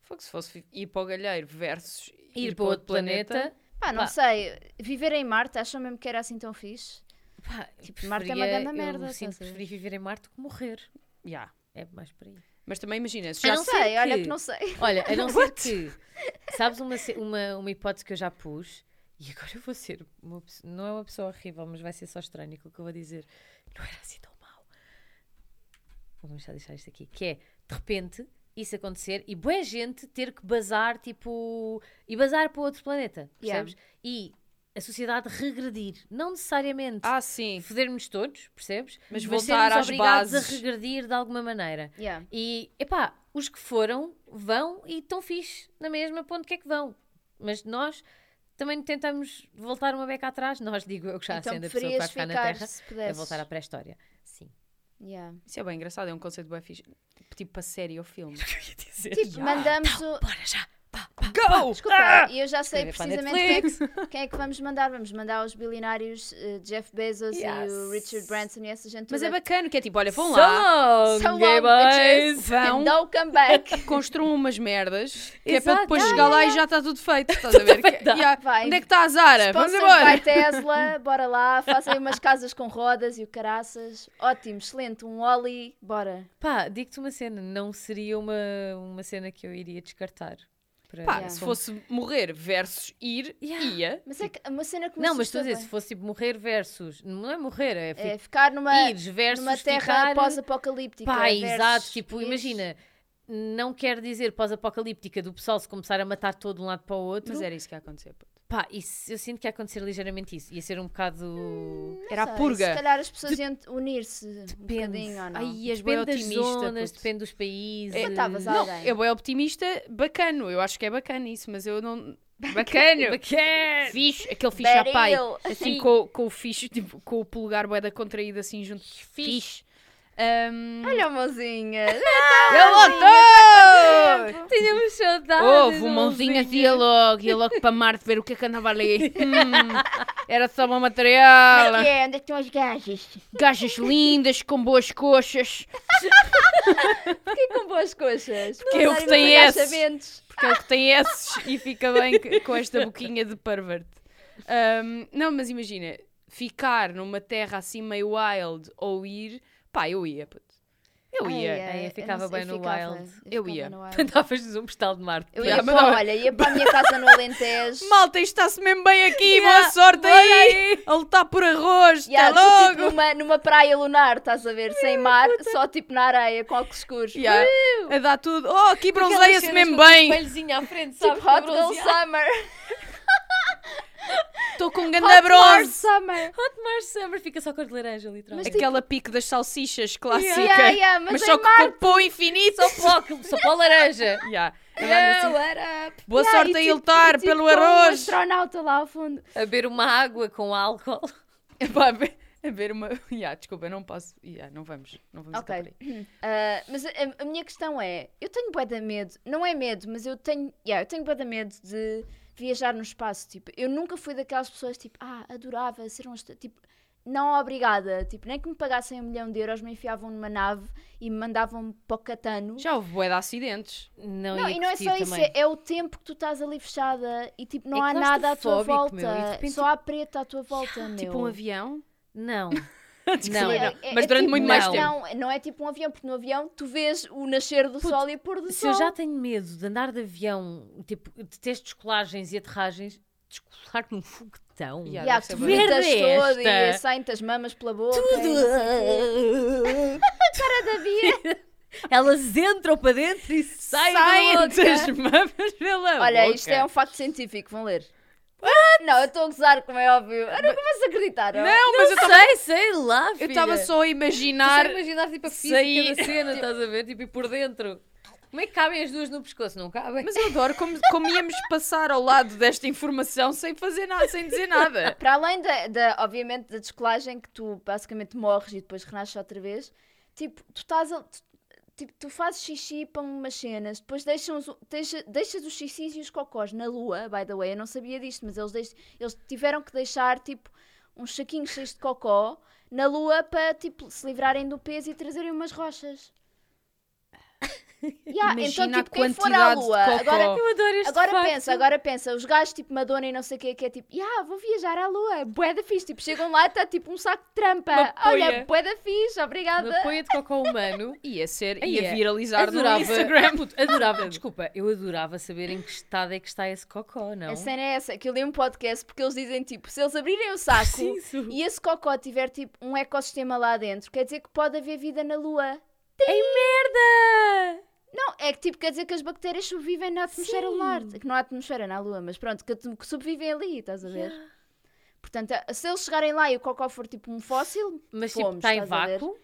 S1: Fogo, se fosse ir para o galheiro versus
S2: ir, para outro planeta,
S3: Pá, não
S2: Pá.
S3: sei, viver em Marte, acham mesmo que era assim tão fixe?
S2: pá,
S3: Tipo, Marte é uma
S2: preferia-
S3: grande merda,
S2: Eu sinto
S3: estás
S2: que
S3: a ver?
S2: preferi viver em Marte que morrer.
S1: Yeah.
S2: É mais para aí.
S1: Mas também imagina, se
S2: Eu
S1: já
S2: não
S3: Não
S1: se-
S2: sei
S3: sei, olha
S2: que-
S3: que não
S2: *laughs*
S3: sei.
S2: Olha,
S1: *laughs*
S2: a não ser
S1: What?
S2: que. Sabes uma, ce- uma, uma hipótese que eu já pus, e agora eu vou ser. Uma, pesso- não é uma pessoa horrível, mas vai ser só estranho aquilo que eu vou dizer. Não era assim tão mau. Vamos só deixar isto aqui. Que é, de repente, isso acontecer e boa gente ter que bazar, tipo. e bazar para outro planeta,
S3: Yeah.
S2: percebes? E a sociedade regredir. Não necessariamente.
S1: Ah, sim.
S2: Fodermos todos, percebes?
S1: Mas voltar
S2: sermos
S1: às
S2: obrigados
S1: bases.
S2: a regredir de alguma maneira.
S3: Yeah.
S2: E, epá, os que foram, vão e estão fixe na mesma ponto que é que vão. Mas nós também tentamos voltar uma beca atrás. Nós, digo eu, que já
S3: então
S2: sendo a pessoa que vai
S3: preferias
S2: ficar,
S3: ficar,
S2: na Terra,
S3: se
S2: é
S3: pudesses.
S2: voltar à pré-história.
S1: *laughs*
S2: Sim.
S3: Yeah.
S2: *laughs*
S1: Isso é bem engraçado, é um conceito bem fixe. Tipo para série ou filme. *laughs*
S3: Tipo, mandamos o...
S2: Bora já! Pá, pá.
S1: Go! Ah!
S2: Ah!
S3: Desculpa, eu já sei
S2: Escrever para a
S3: precisamente quem é, que, quem é que vamos mandar. Vamos mandar os bilionários eh, Jeff Bezos e o
S2: Yes.
S3: Richard Branson e essa gente
S1: Mas
S3: toda.
S1: é bacana, que é tipo, olha, vão
S2: So
S1: lá,
S2: long,
S3: So long,
S2: gay boys!
S3: bitches,
S1: é vão.
S3: and don't Então, come back.
S2: *laughs*
S1: construam umas merdas, que é
S2: Exato.
S1: para depois
S2: Yeah,
S1: chegar lá e já está tudo *laughs* feito. Estás a ver? Que- yeah.
S3: Vai.
S1: Onde é que está a Zara? Vamos
S3: Sponsor
S1: embora!
S3: by Tesla, bora lá, fazem umas casas com rodas e o caraças. Ótimo, excelente, um Oli, bora.
S2: Pá, digo-te uma cena, não seria uma, uma cena que eu iria descartar. para-
S1: Pá,
S3: Yeah.
S1: se fosse morrer versus ir,
S2: Yeah.
S1: ia.
S3: Mas é que uma cena que me
S2: Não, mas tu
S3: assustou
S2: a dizer,
S3: bué.
S2: se fosse tipo morrer versus. Não é morrer, é,
S3: É
S2: ficar
S3: ficar numa,
S2: ires versus
S3: numa terra
S2: ficar... eh,
S3: pós-apocalíptica.
S2: Pá,
S3: versus
S2: exato, tipo,
S3: ires.
S2: imagina, não quer dizer pós-apocalíptica do pessoal se começar a matar todo de um lado para o outro.
S1: Mas era isso que ia acontecer. puto.
S2: Pá, isso, eu sinto que ia acontecer ligeiramente isso. Ia ser um bocado.
S3: Não
S1: Era
S3: sei,
S1: a purga.
S3: Se calhar as pessoas iam unir-se um bocadinho ou não.
S1: Ai, és bem
S2: Depende das
S1: otimista.
S2: zonas,
S1: puto.
S2: depende dos países.
S3: Eu
S2: *laughs*
S3: tava a-
S1: Não,
S3: Alguém.
S1: eu é optimista, bacano. Eu acho que é bacana isso, mas eu não. Bacano!
S2: Bacana!
S1: Fixe, aquele fixe à
S3: Baril.
S1: pai. Assim com, com o fixe, tipo, com o polegar boeda contraído assim junto. Fixe. Ahm,
S3: Olha a mãozinha.
S1: ele voltou!
S2: Tínhamos saudades.
S1: Houve um
S2: mãozinha.
S1: mãozinho assim, ia logo, ia logo para Marte ver o que é que andava ali. Hum, era só uma material.
S3: é? Onde é que estão as gajas?
S1: Gajas lindas, com boas coxas.
S3: Porquê com boas coxas?
S1: Que é o que tem esses.
S3: esses.
S1: porque ele que tem esses e fica bem c- com esta boquinha de pervert. Ahm, não, mas imagina, ficar numa terra assim meio wild ou ir, pá, eu ia, puto. Eu ia.
S2: Ai, eu ficava bem no Wild. *laughs*
S1: Eu ia.
S2: Plantavas-nos um postal de Marte.
S3: Eu
S1: Yeah,
S3: ia
S1: mas
S3: para,
S1: não-
S3: olha, ia para a minha casa
S1: *laughs*
S3: no Alentejo.
S1: Malta, isto está-se mesmo bem aqui,
S2: Yeah,
S1: boa sorte
S2: bora
S1: aí! A lutar por arroz, está
S3: Yeah, tu,
S1: logo! É,
S3: tipo, numa, numa praia lunar, estás a ver? Sem mar, só tipo na areia, com óculos escuros.
S1: Yeah, a dar tudo, oh, aqui
S2: assim,
S1: bronzeia-se mesmo
S2: tipo,
S1: bem!
S2: Espelhozinho à frente,
S3: Tipo
S2: sabes?
S3: Hot
S2: Hot
S3: Girl
S1: *laughs*
S3: Summer.
S1: Estou com um
S3: Hot
S1: grande
S3: Girl
S1: bronze!
S3: Summer.
S2: Hot Mars Summer. Fica só cor de laranja, literalmente.
S1: Aquela pico das salsichas clássica,
S3: tipo, Yeah, yeah, mas
S1: Ah,
S3: é
S1: mas
S3: em
S1: só que com pão infinito!
S2: Só para o- Só para a laranja.
S1: Yeah.
S3: *laughs* Yeah, what up?
S1: Boa
S3: Yeah,
S1: sorte
S3: e
S1: aí,
S3: tipo-
S1: lutar
S3: e tipo
S1: pelo
S3: com um
S1: arroz.
S3: astronauta lá ao fundo.
S2: A beber uma água com álcool.
S1: *laughs* Epá, a ver, a ver uma. Ya, desculpa, eu não posso. Ya, não vamos. Não vamos
S3: Ok.
S1: até por aí.
S3: *clears throat* Ah, mas a, a- a minha questão é, eu tenho bué de medo, não é medo, mas eu tenho, yeah, eu tenho bué de medo de viajar no espaço, tipo, eu nunca fui daquelas pessoas, tipo, ah, adorava ser um, ast- tipo, não obrigada, tipo, nem que me pagassem um milhão de euros, me enfiavam numa nave e me mandavam para o Catano.
S1: Já houve bué de acidentes.
S2: Não,
S3: não,
S2: ia
S3: e não é
S2: curtir
S3: só isso,
S2: também.
S3: é, é o tempo que tu estás ali fechada e, tipo, não
S2: É
S3: há nada à tua
S2: claustrofóbico,
S3: volta,
S2: meu, e de repente, tipo,
S3: só há preto à tua volta, meu.
S1: Tipo um avião.
S3: *laughs*
S2: Não.
S1: Desculpa,
S2: Não.
S1: não. Mas durante
S3: tipo-
S1: muito mais
S3: não,
S1: tempo.
S3: Não, não é tipo um avião, porque no avião tu vês o nascer do sol e o pôr do
S2: Se
S3: sol.
S2: eu já tenho medo de andar de avião, tipo, de ter descolagens e aterragens, descolar-me um foguetão.
S1: Ya,
S3: E há
S1: deve
S3: que
S1: ser
S3: tu
S1: bué.
S2: merda
S3: gritas
S2: é
S3: todo e
S2: esta?
S3: saem-te as mamas pela boca. e não sei o quê.
S2: Tudo!
S1: *laughs*
S3: Cada dia.
S2: *laughs* Elas entram para dentro e saem,
S1: Saem
S2: da
S1: das
S2: boca.
S1: mamas pela
S3: Olha,
S1: boca.
S3: isto é um facto científico, vão ler. Não, eu estou a gozar, como é óbvio. Eu não começo a acreditar. ó.
S1: Não, mas eu
S2: Não
S1: tava-
S2: sei, sei lá, filha.
S1: eu estava só a
S2: Só
S1: imaginar.
S2: imaginar tipo, a física
S1: sair-
S2: da
S3: *laughs*
S2: cena, estás a ver? Tipo, e por dentro. Como é que cabem as duas no pescoço? Não cabem?
S1: Mas eu adoro como, como íamos passar ao lado desta informação sem fazer nada, sem dizer nada.
S3: Para além da, da- obviamente, da descolagem que tu basicamente morres e depois renasces outra vez, tipo, tu estás a- tu- Tipo, tu fazes xixi para umas cenas, depois deixam os- deixa- deixas os xixis e os cocós na lua, by the way, eu não sabia disto, mas eles, deix- eles tiveram que deixar, tipo, uns saquinhos cheios de cocó na lua para, tipo, se livrarem do peso e trazerem umas
S1: *laughs*
S3: rochas. Yeah, então,
S1: Imagina a
S3: tipo, quem for à
S1: quantidade de
S3: lua, agora,
S1: cocó.
S2: Eu adoro este
S3: Agora
S2: facto.
S3: pensa, agora pensa, os gajos tipo Madonna e não sei o que, que é tipo, yeah, vou viajar à lua, bué da fixe, tipo, chegam lá e está tipo um saco de
S1: Uma
S3: trampa,
S1: poia.
S3: olha, bué da fixe,
S2: Uma
S3: obrigada.
S2: poia é de cocô humano.
S1: Ia ser,
S2: Aí
S1: ia
S2: é.
S1: viralizar no
S2: Adorava,
S1: Instagram.
S2: puto, adorava, desculpa, eu adorava saber em que estado é que está esse cocó, não?
S3: A cena é essa, que eu li um podcast porque eles dizem tipo, se eles abrirem o
S2: Ah,
S3: saco
S2: Preciso.
S3: e esse cocó tiver tipo um ecossistema lá dentro, quer dizer que pode haver vida na lua.
S2: Ah,
S3: Não, é que tipo, quer dizer que as bactérias sobrevivem na atmosfera lunar, que não há atmosfera na lua, mas pronto, que, tu- que sobrevivem ali, estás a ver? Portanto, a- se eles chegarem lá e o cocó for tipo um fóssil,
S2: Mas tipo,
S3: fomos,
S2: está em
S3: estás a ver?
S2: vácuo?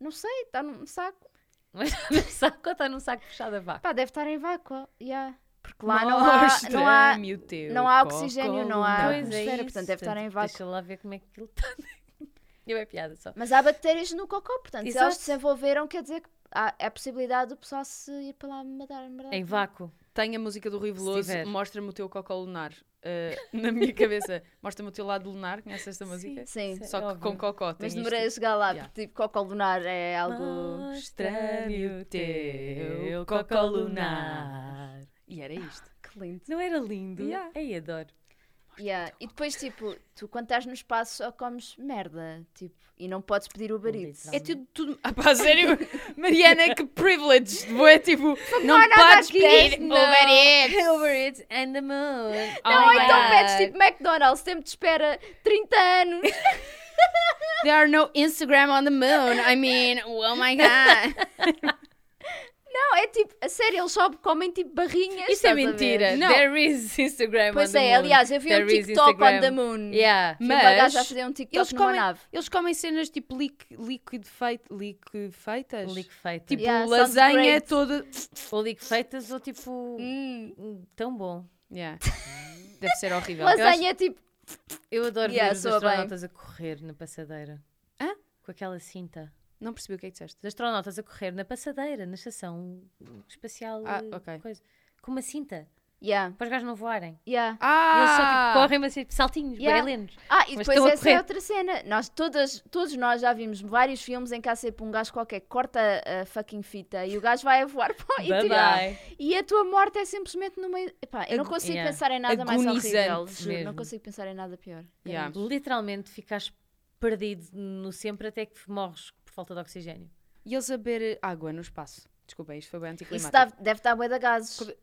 S3: Não sei, está num saco.
S2: Mas está num saco ou está num saco fechado a vácuo?
S3: Pá, deve estar em vácuo, yeah. porque lá não há, não há,
S1: Mostra-me o teu
S3: não há
S1: cocô
S3: oxigênio, não
S1: lunar.
S3: há- Pois é. atmosfera, portanto, deve estar em vácuo.
S2: Deixa lá ver como é que aquilo está. *laughs* Eu é piada só.
S3: mas há bactérias no cocó, portanto, se
S2: Exato.
S3: elas desenvolveram, quer dizer que há, é a possibilidade do pessoal se ir para lá matar. é matar.
S2: Em vácuo.
S1: Tem a música do Rui Veloso,
S2: tiver.
S1: mostra-me o teu cocó lunar. Uh, na minha cabeça, *laughs* mostra-me o teu lado lunar, conheces esta música?
S3: Sim, É
S2: Sim.
S1: Só que
S2: Óbvio.
S1: com cocó. tem
S3: mas
S1: isto.
S3: demorei a chegar lá,
S1: Yeah.
S3: porque tipo, cocó lunar é
S2: Ah,
S3: algo...
S1: Mostra-me o teu cocó lunar. E era isto.
S3: Que lindo.
S2: Não era lindo?
S1: Yeah.
S2: Ei, adoro.
S3: Yeah. E depois, tipo, tu quando estás no espaço só comes merda, tipo, e não podes pedir o barito.
S1: É
S2: Literalmente.
S1: tudo, tudo. Ah, pá,
S3: *laughs*
S1: sério? Mariana, que privilege! É tipo, não, podes
S3: aqui,
S1: pedir
S3: não.
S1: *laughs* Uber Eats.
S3: *laughs*
S2: Over it and the moon.
S1: Oh
S3: Ou
S1: my
S3: então
S1: God.
S3: pedes tipo McDonald's, tempo de espera 30 anos.
S2: *laughs*
S1: There are no Instagram on the moon. I mean, oh my
S3: *laughs*
S1: god.
S3: Não, é tipo, a sério, eles só comem tipo barrinhas.
S2: Isso é
S3: estás a ver?
S2: mentira.
S1: Não.
S2: There is *laughs* Instagram on
S3: Pois
S2: the
S3: é,
S2: moon.
S3: aliás, eu vi um
S2: There is
S3: TikTok on
S2: Instagram.
S3: the moon.
S2: Yeah.
S3: Mas uma
S1: Mas
S3: gaja a fazer um TikTok
S1: eles
S3: numa
S1: comem-
S3: nave.
S1: Eles comem cenas tipo liqu- liquidfeitas. Liquidfeitas?
S2: Liquefeitas.
S1: Tipo
S3: Yeah, sounds
S1: lasanha
S3: great. *laughs*
S1: toda.
S2: Ou liquefeitas ou tipo...
S3: Hum.
S2: hum, Tão bom.
S1: Yeah. Deve ser horrível.
S3: Lasanha tipo,
S2: Eu adoro
S3: Yeah,
S2: ver os
S3: soa bem.
S2: astronautas a correr na passadeira.
S1: Hã?
S2: Com aquela cinta.
S1: Não percebi o que é que disseste.
S2: Os astronautas a correr na passadeira, na estação espacial.
S1: Ah,
S2: eh,
S1: ok.
S2: coisa. Com uma cinta.
S3: yeah,
S2: Para os gajos não voarem.
S3: yeah.
S1: Ah!
S2: Eles só tipo, correm, mas tipo, saltinhos,
S3: Yeah.
S2: yeah. balenos.
S3: Ah, e
S2: Mas
S3: depois
S2: estão a
S3: essa é
S2: correr.
S3: outra cena. Nós todas, todos nós já vimos vários filmes em que há sempre um gajo qualquer que corta a fucking fita e o gajo vai a voar *laughs* para o interior. E a tua morte é simplesmente no meio. Epá, eu não
S1: Ag-
S3: consigo
S2: yeah.
S3: pensar em nada mais
S1: Agonizante
S3: horrível. juro, Não
S2: mesmo.
S3: consigo pensar em nada pior.
S1: Yeah.
S2: Eh, Literalmente ficas perdido no sempre até que morres por falta de oxigênio.
S1: E eles a beber água no espaço. Desculpem, isto foi bem
S3: Isso
S1: anticlimático.
S3: dá- deve estar bué de gases.
S1: Quando-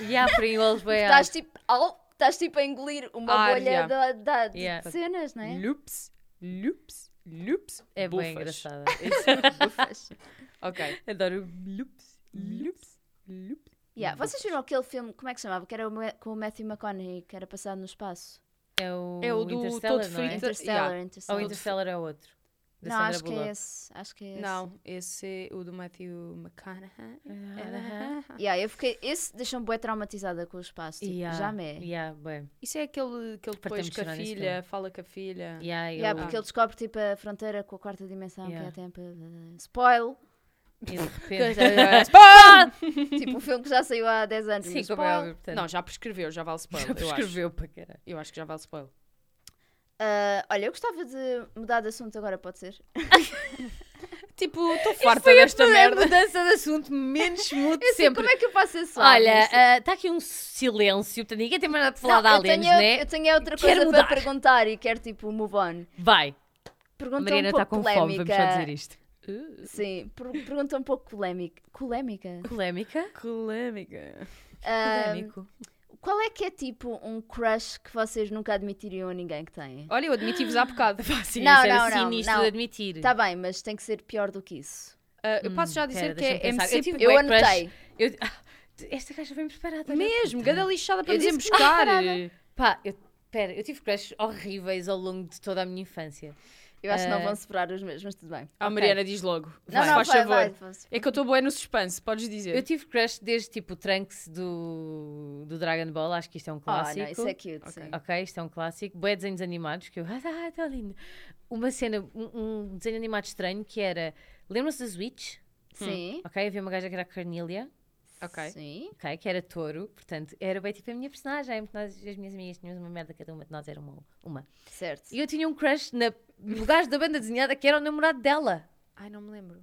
S2: E há para eles bem
S3: Estás tipo, au, estás tipo a engolir uma
S1: Ar,
S3: bolha
S1: yeah.
S3: da- da- de,
S2: Ah, Yeah.
S3: cenas, não é?
S1: Loops, loops, loops.
S2: É
S1: bufas.
S2: bem
S1: *laughs*
S2: engraçada.
S1: Bufas. ok.
S2: Adoro loops.
S1: Loops, loops.
S2: *laughs*
S3: Yeah. Vocês viram aquele filme, como é que se chamava? Que era o Ma- com o Matthew McConaughey, que era passado no espaço.
S2: É o,
S1: É o do
S2: Interstellar,
S1: todo
S2: não é?
S1: frito. Inter-
S3: Interstellar,
S1: yeah.
S2: Ou
S3: Interstellar.
S2: o Interstellar é outro. da
S3: Não,
S2: Sandra
S3: acho que é
S2: Bullock.
S3: esse. Acho que é esse.
S1: Não, esse é o do Matthew McConaughey.
S3: Yeah, eu fiquei, esse deixou-me bué traumatizada com o espaço. Tipo,
S2: Yeah,
S3: Já me é. Yeah.
S2: Yeah, bem.
S1: Isso é aquele que ele depois
S2: Fartamos de
S1: com a
S2: chorar nesse
S1: filha, fala com a filha.
S3: *laughs*
S2: Yeah, eu-
S3: porque ele descobre tipo a fronteira com a quarta dimensão,
S2: Yeah.
S3: que é tempo.
S2: *laughs*
S3: Spoil! *laughs*
S2: e de repente.
S1: Spoiler!
S3: tipo um filme que já saiu há 10 anos.
S2: Sim,
S3: mas
S2: como é
S3: spoil.
S2: óbvio, portanto.
S1: Não, já prescreveu, já vale spoiler. eu acho.
S2: escreveu para caralho.
S1: Eu acho que já vale spoiler.
S3: Ah, olha, eu gostava de mudar de assunto agora, pode ser?
S1: Tipo, estou farta desta merda.
S2: mudança de
S3: *laughs*
S2: assunto menos mudo
S3: Eu sei, como é que eu faço esse
S2: Olha, está aqui um silêncio, portanto ninguém tem mais nada para falar de
S3: eu
S2: aliens,
S3: tenho,
S2: né?
S3: eu tenho outra
S2: Quero
S3: coisa para
S2: mudar.
S3: perguntar e quero tipo move on.
S2: Vai, a
S3: Pergunta
S2: Mariana
S3: um
S2: está
S3: pouco
S2: com
S3: polémica.
S2: fome, vamos só dizer isto.
S3: Sim, per- pergunta um pouco polémica. Polémica?
S2: *laughs* Polémica?
S1: Polémica.
S2: Polémico.
S3: Qual é que é tipo um crush que vocês nunca admitiriam a ninguém que têm?
S1: Olha, eu admiti-vos há *laughs* bocado.
S2: Sim,
S3: Não,
S2: isso
S1: assim.
S2: era
S3: não, não,
S2: É sinistro
S3: não.
S2: de admitir.
S3: Está Tá bem, mas tem que ser pior do que isso.
S1: Ah, eu posso já a dizer
S2: Pera,
S1: que é
S2: deixa-me pensar.
S1: MC.
S2: Eu tive
S3: Eu
S2: bué
S3: anotei.
S2: crush. Eu- Ah, Esta gaja vem preparada. olha.
S1: Mesmo, gada lixada para
S3: Eu
S1: nos ir
S3: disse que não
S1: *laughs*
S3: ia
S1: buscar.
S3: parar.
S2: Pá, eu, pera, eu tive crushes horríveis ao longo de toda a minha infância.
S3: Eu acho que não
S2: Eh, Oh,
S3: vão separar os meus, mas tudo bem.
S1: A
S2: Ok.
S1: Ah, Mariana diz logo.
S3: Não,
S1: Vai,
S3: não,
S1: faz
S3: vai,
S1: favor.
S3: vai, faz-
S1: É que eu estou boa no suspense, podes dizer.
S2: Eu tive crush desde tipo o Trunks do, do Dragon Ball, acho que isto é um
S3: Oh,
S2: clássico.
S3: não, isso é cute, sim.
S2: Ok, isto é um clássico. Boé desenhos animados que eu. *laughs* Ah, tá, tá lindo. Uma cena, um, um desenho animado estranho que era. Lembram-se da Switch?
S3: Sim.
S2: ok? Havia uma gaja que era a Cornelia,
S1: Ok.
S3: Sim.
S2: ok? Que era touro, portanto, era bem tipo a minha personagem, porque nós e as minhas amigas tínhamos uma merda, cada uma de nós era uma. uma.
S3: Certo.
S2: E eu tinha um crush na, no gajo da banda desenhada que era o namorado dela,
S1: Ai, não me lembro.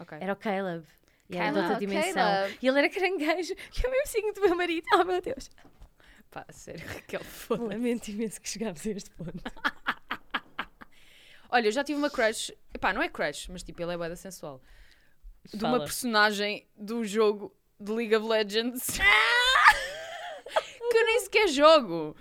S1: Ok.
S2: era o Caleb. E era de
S3: Caleb,
S2: outra dimensão.
S3: Caleb.
S2: E ele era caranguejo, *laughs* que é o mesmo signo do meu marido. Oh meu Deus.
S1: Pá, sério, *laughs* Raquel, foda
S2: Lamento imenso que chegámos a este ponto. *laughs*
S1: Olha, eu já tive uma crush. Epá, não é crush, mas tipo, ele é boeda sensual. De uma
S2: Fala.
S1: personagem do jogo de League of Legends. que eu nem sequer jogo.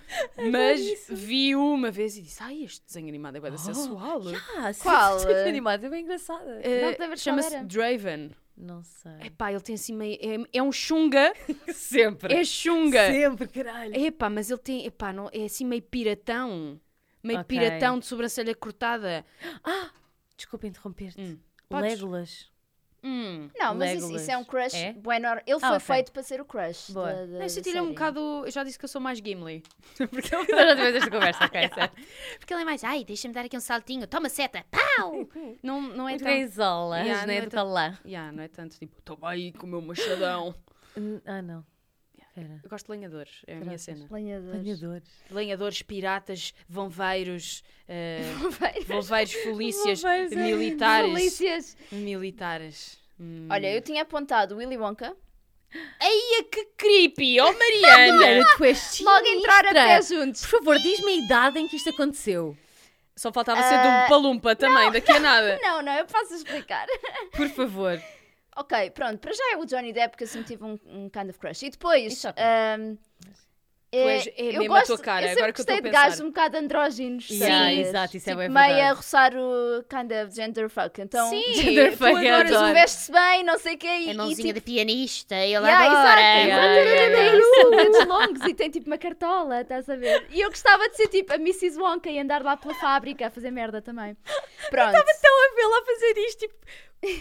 S1: Mas vi uma vez e disse: Ai, este desenho animado é
S2: Oh.
S1: boeda sensual.
S2: Ah, sim,
S3: Qual?
S2: sim, sim, animada, é bem engraçada.
S1: Eh,
S3: Não te lembras qual
S1: Chama-se
S3: era?
S1: Draven.
S2: Não sei.
S1: *laughs* Epá, ele tem assim meio. É, é um chunga.
S2: Sempre.
S1: É chunga.
S2: Sempre, caralho.
S1: Epá, mas ele tem. Epá, não, é assim meio piratão. Meio
S2: Ok.
S1: piratão de sobrancelha cortada.
S2: Ah, Desculpa interromper-te.
S1: Hum.
S2: O
S1: Podes?
S2: Legolas.
S1: *laughs* Hum.
S3: Não, mas isso, isso é um crush.
S2: É?
S3: Bueno, ele foi
S2: Ah, ok.
S3: feito para ser o crush.
S2: Boa.
S3: Da, da,
S1: Não, eu
S3: da
S1: senti-lhe um
S3: série.
S1: bocado. Eu já disse que eu sou mais Gimli. Porque ele,
S2: Já tivemos esta
S1: *laughs*
S2: conversa, ok, certo.
S1: porque ele é mais. Ai, deixa-me dar aqui um saltinho, toma seta, *laughs* pau! não, não é
S2: Muito
S1: tanto.
S2: bem, Zola.
S1: Yeah,
S2: né?
S1: não é
S2: Do
S1: tão-
S2: Calá.
S1: Yeah, não é tanto tipo, toma aí com o meu machadão.
S2: Hum, Ah, não. Espera.
S1: Eu gosto de lenhadores, é a minha
S2: Graças.
S1: cena.
S3: Lenhadores.
S2: Apanhadores.
S1: Lenhadores, piratas, vanveiros, *laughs* eh,
S3: *laughs*
S1: volveiros, polícias,
S2: Volveiros, é.
S1: militares.
S3: Polícias.
S1: Militares. Hum.
S3: Olha, eu tinha apontado Willy Wonka.
S1: Eia, que creepy! Oh, *laughs* Mariana!
S2: tu és
S3: Logo entrar a pé juntos.
S2: Por favor, diz-me a idade em que isto aconteceu.
S1: Só faltava ser de um palumpa também, daqui a nada.
S3: Não, não, eu
S1: *laughs*
S3: posso explicar.
S1: Por favor.
S3: ok, pronto. Para já é o Johnny Depp que eu sempre tive um, um kind of crush. E depois...
S2: Isso, ok.
S3: ahm, eh,
S1: é és- é mesmo a tua cara,
S3: eu sempre
S1: agora que eu estou
S3: gostei
S1: a
S3: de
S1: pensar.
S3: gajos um bocado andróginos.
S2: Sim,
S3: sabes?
S2: exato, isso é
S3: tipo,
S2: bem
S3: meio a
S2: verdade.
S3: roçar o kind of genderfuck. Então, *laughs*
S1: Sim, tu
S2: Genderfuck, eu
S1: adoras um
S3: tu
S2: adoro.
S3: veste-se bem, não sei o quê. e- e,
S4: A mãozinha
S3: tipo,
S4: de pianista, ele
S3: Yeah,
S4: adora.
S3: exato,
S2: Yeah, é
S3: exato,
S2: yeah,
S3: era
S2: yeah.
S3: isso, dedos um longos e tem tipo uma cartola, estás a ver? E eu gostava de ser tipo a Mrs. Wonka e andar lá pela fábrica a fazer merda também. Pronto.
S2: Estão a vê-la a fazer isto, tipo...